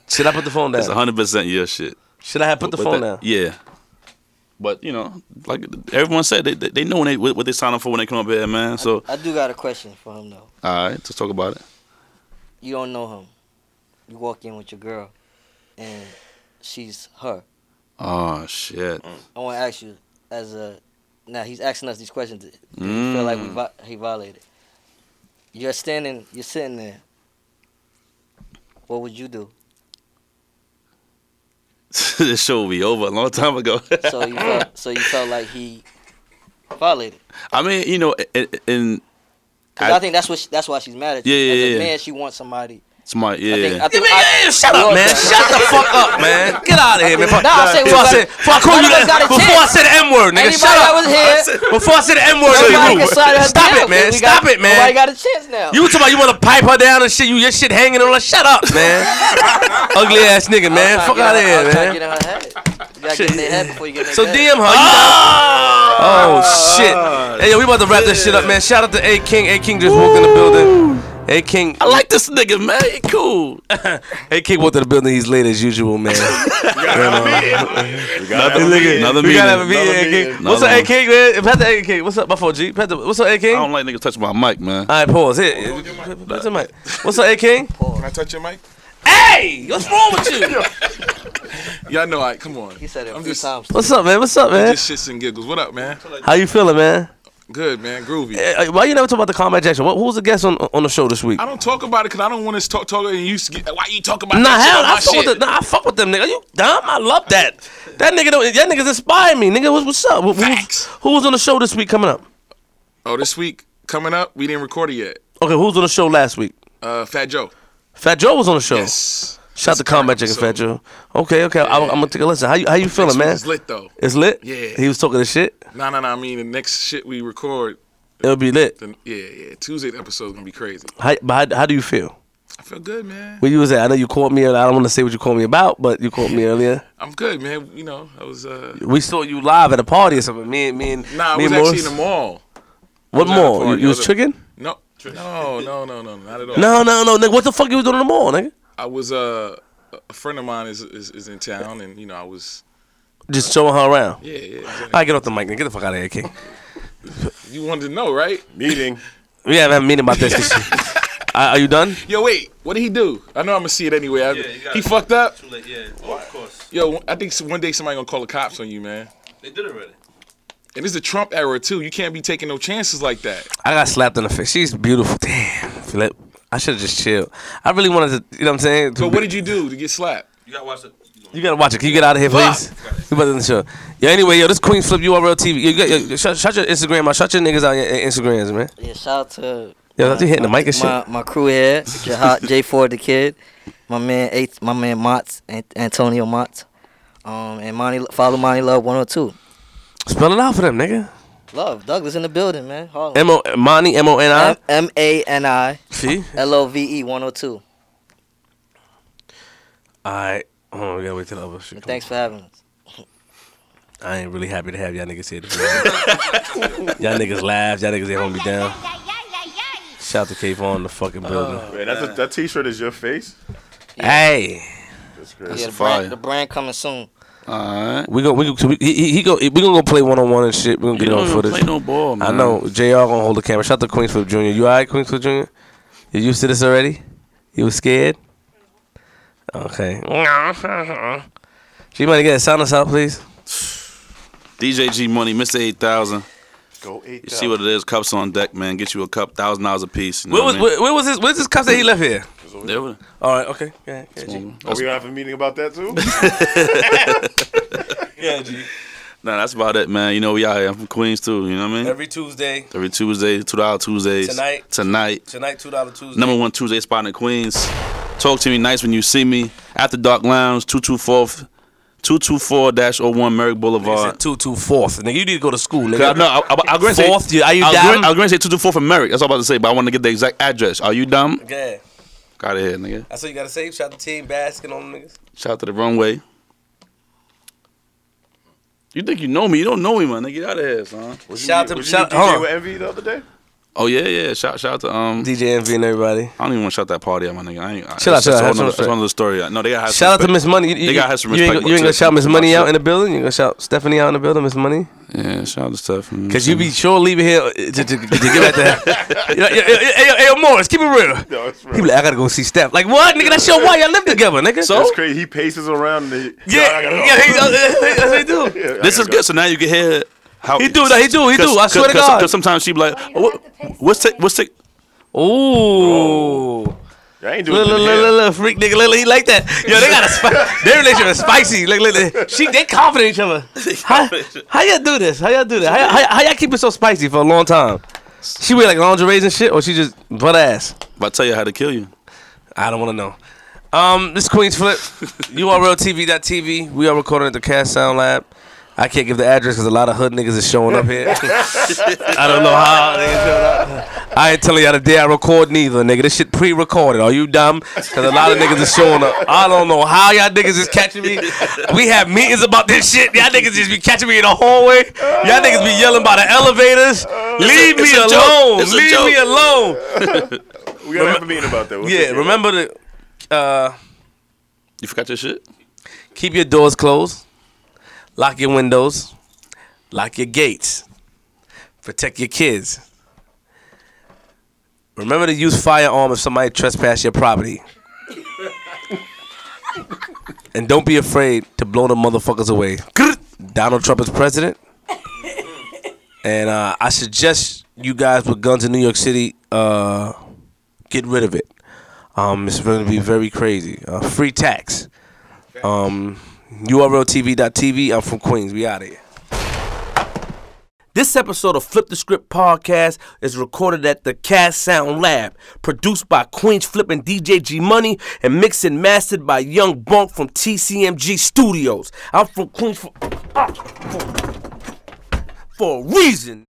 Should I put the phone down?
It's 100% your shit.
Should I have put the
But
phone
that-
down?
Yeah. But, you know, like everyone said, they, they, they know when they, what they sign up for when they come up here, man. So,
I do got a question for him though.
all right, let's talk about it.
You don't know him. You walk in with your girl, and she's her.
Oh, shit.
I want to ask you as a now he's asking us these questions. Do you feel like we
Mm.
vi- he violated? You're standing, you're sitting there. What would you do?
this show will be over a long time ago.
So you felt, so you felt like he violated.
I mean, you know, i- i- in
'Cause I, think that's what she, that's why she's mad at you.
Yeah, yeah,
As a
yeah.
man, she wants somebody
Somebody, yeah.
I think, yeah, shut up, man. Shut the fuck up, man. Get out of here, man. Before, before I said, before I call you that, before I said the M word, nigga. Shut up. Before I said the M word, stop it, man. Stop it, man.
Nobody got a chance now.
You talking about you want to pipe her down and shit? You your shit hanging on? her. Shut up, man. Ugly ass nigga, man. Fuck out of here, man.
Get in their head before you get in their
So
bed.
DM her. Oh, shit. Hey yo, we about to wrap this shit up, man. Shout out to A King. A King just walked in the building. A King.
I like this nigga, man. He cool.
A King walked in the building. He's late as usual, man.
Another
Hey, nigga,
meeting. Another
we gotta have a
meeting.
meeting,
Another
A King.
meeting. Another
What's up, A King, man? Pat the A King. What's up, my fault, G? Pat the, what's up, A King?
I don't like niggas touching my mic, man.
All right, pause. Here, Oh, What's up, Mike? What's up, A King?
Can I touch your mic?
Hey, what's wrong with you?
Y'all know I. Come on. He said it I'm just, times.
What's up, man? What's up, man?
Just shits and giggles. What up, man?
How you feeling, man?
Good, man. Groovy.
Eh, eh, Why you never talk about the Combat Jackson? What, who was the guest on on the show this week?
I don't talk about it because I don't want to talk. Talk and you. Get, why you talk about
Nah,
that shit
hell,
on my
I fuck
shit?
with the, nah, I fuck with them nigga. You dumb? I love that. That nigga don't. That niggas inspire me, nigga. What's, what's up? Who, who's, who was on the show this week coming up?
Oh, this week coming up, we didn't record it yet.
Okay, who was on the show last week?
Uh, Fat Joe.
Fat Joe was on the show. Yes. Shout out to Combat Jackson, Fat Joe. Okay, okay. I, am gonna take a listen. How you how you feeling,
Next
man?
one's lit, though.
It's lit.
Yeah.
He was talking the shit.
No, no, no. I mean, the next shit we record.
It'll be lit.
The, yeah, yeah. Tuesday's episode's gonna be crazy.
How, but how, how do you feel?
I feel good, man.
Where you was at? I know you called me. and I don't want to say what you called me about, but you called me earlier.
I'm good, man. You know, I was. uh
We saw you live at a party or something. Me and me and
Nah, I
me
was
and
actually in the
Morris.
mall.
What
I was at a
mall? You-
party.
you
I
was
at-
tricking?
No, no, no, no, no, not at all.
No, no, no, nigga. What the fuck you was doing in the mall, nigga?
I was uh, a friend of mine is, is is in town, and you know I was.
Just showing her around.
Yeah, yeah, exactly.
I get off the mic, nigga. Get the fuck out of here, King.
You wanted to know, right?
Meeting.
We haven't had a meeting about this. Uh, are you done?
Yo, wait. What did he do? I know I'm gonna see it anyway. I, he fucked up.
Too late, yeah. of course.
Yo, I think one day somebody gonna call the cops on you, man.
They did already.
And this is the Trump era too. You can't be taking no chances like that.
I got slapped in the face. She's beautiful. Damn, Philip. I should have just chilled. I really wanted to. You know what I'm saying?
But what did you do to get slapped?
You gotta watch the.
You gotta watch it. Can you get out of here, please? We better than sure. Yo, anyway, yo, this Queen Flip URL TV. You got, yo, shut, shut your Instagram out. Shut your niggas out your Instagrams, man.
Yeah, shout out to
Yo, that's you hitting the mic and shit.
my, my crew here, J Ford the Kid, my man eighth, my man Mott's, An- Antonio Mott's, um, and Monty follow Monty Love 102.
Spell it out for them, nigga.
Love Douglas in the building, man. Harlem.
M O Monty M O N I.
M A N I
See?
L O V E 102.
All right. Hold on, we gotta wait till the other shit. come
Thanks for having us.
on. I ain't really happy to have y'all niggas here. today. y'all niggas laugh. Y'all niggas ain't hold me down. Shout out to K on the fucking building.
Man, that's a, that T-shirt is your face.
Hey.
That's
Yeah,
crazy.
the brand, the brand coming soon.
Alright.
We going we go, he, he, he go we gonna go play one on one and shit. We gonna get
You
it on
don't even
footage.
play no ball, man.
I know Jr. gonna hold the camera. Shout out to Queensfield Jr. You alright, Queensfield Jr. You used to this already? You was scared? Okay. G money get a sound us out, please.
DJ G Money, Mr. 8000.
Go eight.
You see what it is? Cups on deck, man. Get you a cup, thousand dollars a piece. You know
Where was
what
where, where was this where's this cup that he left here?
I mean? There we-
All right, okay. Go ahead, go ahead, G.
Are we gonna have a meeting about that too?
Yeah, G.
Nah, that's about it, man. You know we out here. I'm from Queens too. You know what I mean?
Every Tuesday,
Every Tuesday, two dollar Tuesdays.
Tonight.
Tonight.
tonight two dollar Tuesday.
Number one Tuesday spot in Queens. Talk to me nice when you see me. After Dark Lounge, 224 224-01 Merrick Boulevard.
two two fourth. Nigga, you need to go to school,
Cause I,
nigga.
no, I, I, I, I say,
Fourth, you- are you
I was
down?
gonna- I was going to say 224 for Merrick. That's all I was about to say, but I want to get the exact address. Are you dumb?
Okay.
Got it here, nigga.
That's what you gotta say. Shout out to team basking on niggas.
Shout out to the runway. You think you know me? You don't know me, man. Nigga, get out of here, son.
Shout out to-
was
shout-
you
hold
DJ
on.
with Envy the other day?
Oh yeah, yeah. Shout, shout out to um.
DJ MV and everybody.
I don't even want to shout that party out, my nigga. I ain't,
Chill
that's-
out, chill
that's a whole
out, chill
nother-
out,
That's
chill out.
another story. No, they gotta have. some
Shout out to
respect.
Miss Money. You,
They gotta have some
you
respect.
ain't, go- you ain't gonna shout Miss
my
Money
shit.
out in the building. You gonna shout Stephanie out in the building, Miss Money?
Yeah, shout out to stuff.
Cause you be sure leaving here uh, to, to, to get back to. You know, yo, yo, yo, yo, yo, Morris, keep it real.
No, it's
He be like, I gotta go see Steph. Like what, nigga? That's your wife. Y'all live together, nigga.
So
That's crazy. He paces around. And he,
yeah,
Yo, I gotta
yeah, he, uh, that's what he do.
Yeah, I
this is
gotta
good. So now you can hear how
He do that. He do. He do. I swear to God.
Because sometimes she be like, oh, what, what's it? What's it?
Ooh.
go. I ain't doing
Look, look,
it.
look, look, look, freak nigga, look, look, he like that. Yo, they got a spi- their relationship is spicy. Look, look, look. she they confident in each other. How, how y'all do this? How y'all do this? How, how, how y'all keep it so spicy for a long time? She wear like lingerie and shit, or she just butt ass.
If I tell you how to kill you.
I don't want to know. Um, this is Queen's Flip. URLTV.tv. We are recording at the Cast Sound Lab. I can't give the address because a lot of hood niggas is showing up here. I don't know how niggas showing up. I ain't telling y'all the day I record neither, nigga. This shit pre-recorded. Are you dumb? Because a lot of niggas is showing up. I don't know how y'all niggas is catching me. We have meetings about this shit. Y'all niggas just be catching me in the hallway. Y'all niggas be yelling by the elevators. Leave me
it's a joke.
alone.
It's a
Leave me
joke.
alone.
We gotta have a meeting about that. We'll
yeah,
figure it out.
remember the. Uh,
you forgot your shit.
Keep your doors closed. Lock your windows. Lock your gates. Protect your kids. Remember to use firearm if somebody trespass your property. and don't be afraid to blow the motherfuckers away. Donald Trump is president. And uh, I suggest you guys with guns in New York City uh, get rid of it. Um, it's going to be very crazy. Uh, free tax. Um, URLTV.tv. I'm from Queens. We out of here. This episode of Flip the Script podcast is recorded at the Cast Sound Lab, produced by Queens Flip and DJ G Money, and mixed and mastered by Young Bunk from TCMG Studios. I'm from Queens for, for a reason.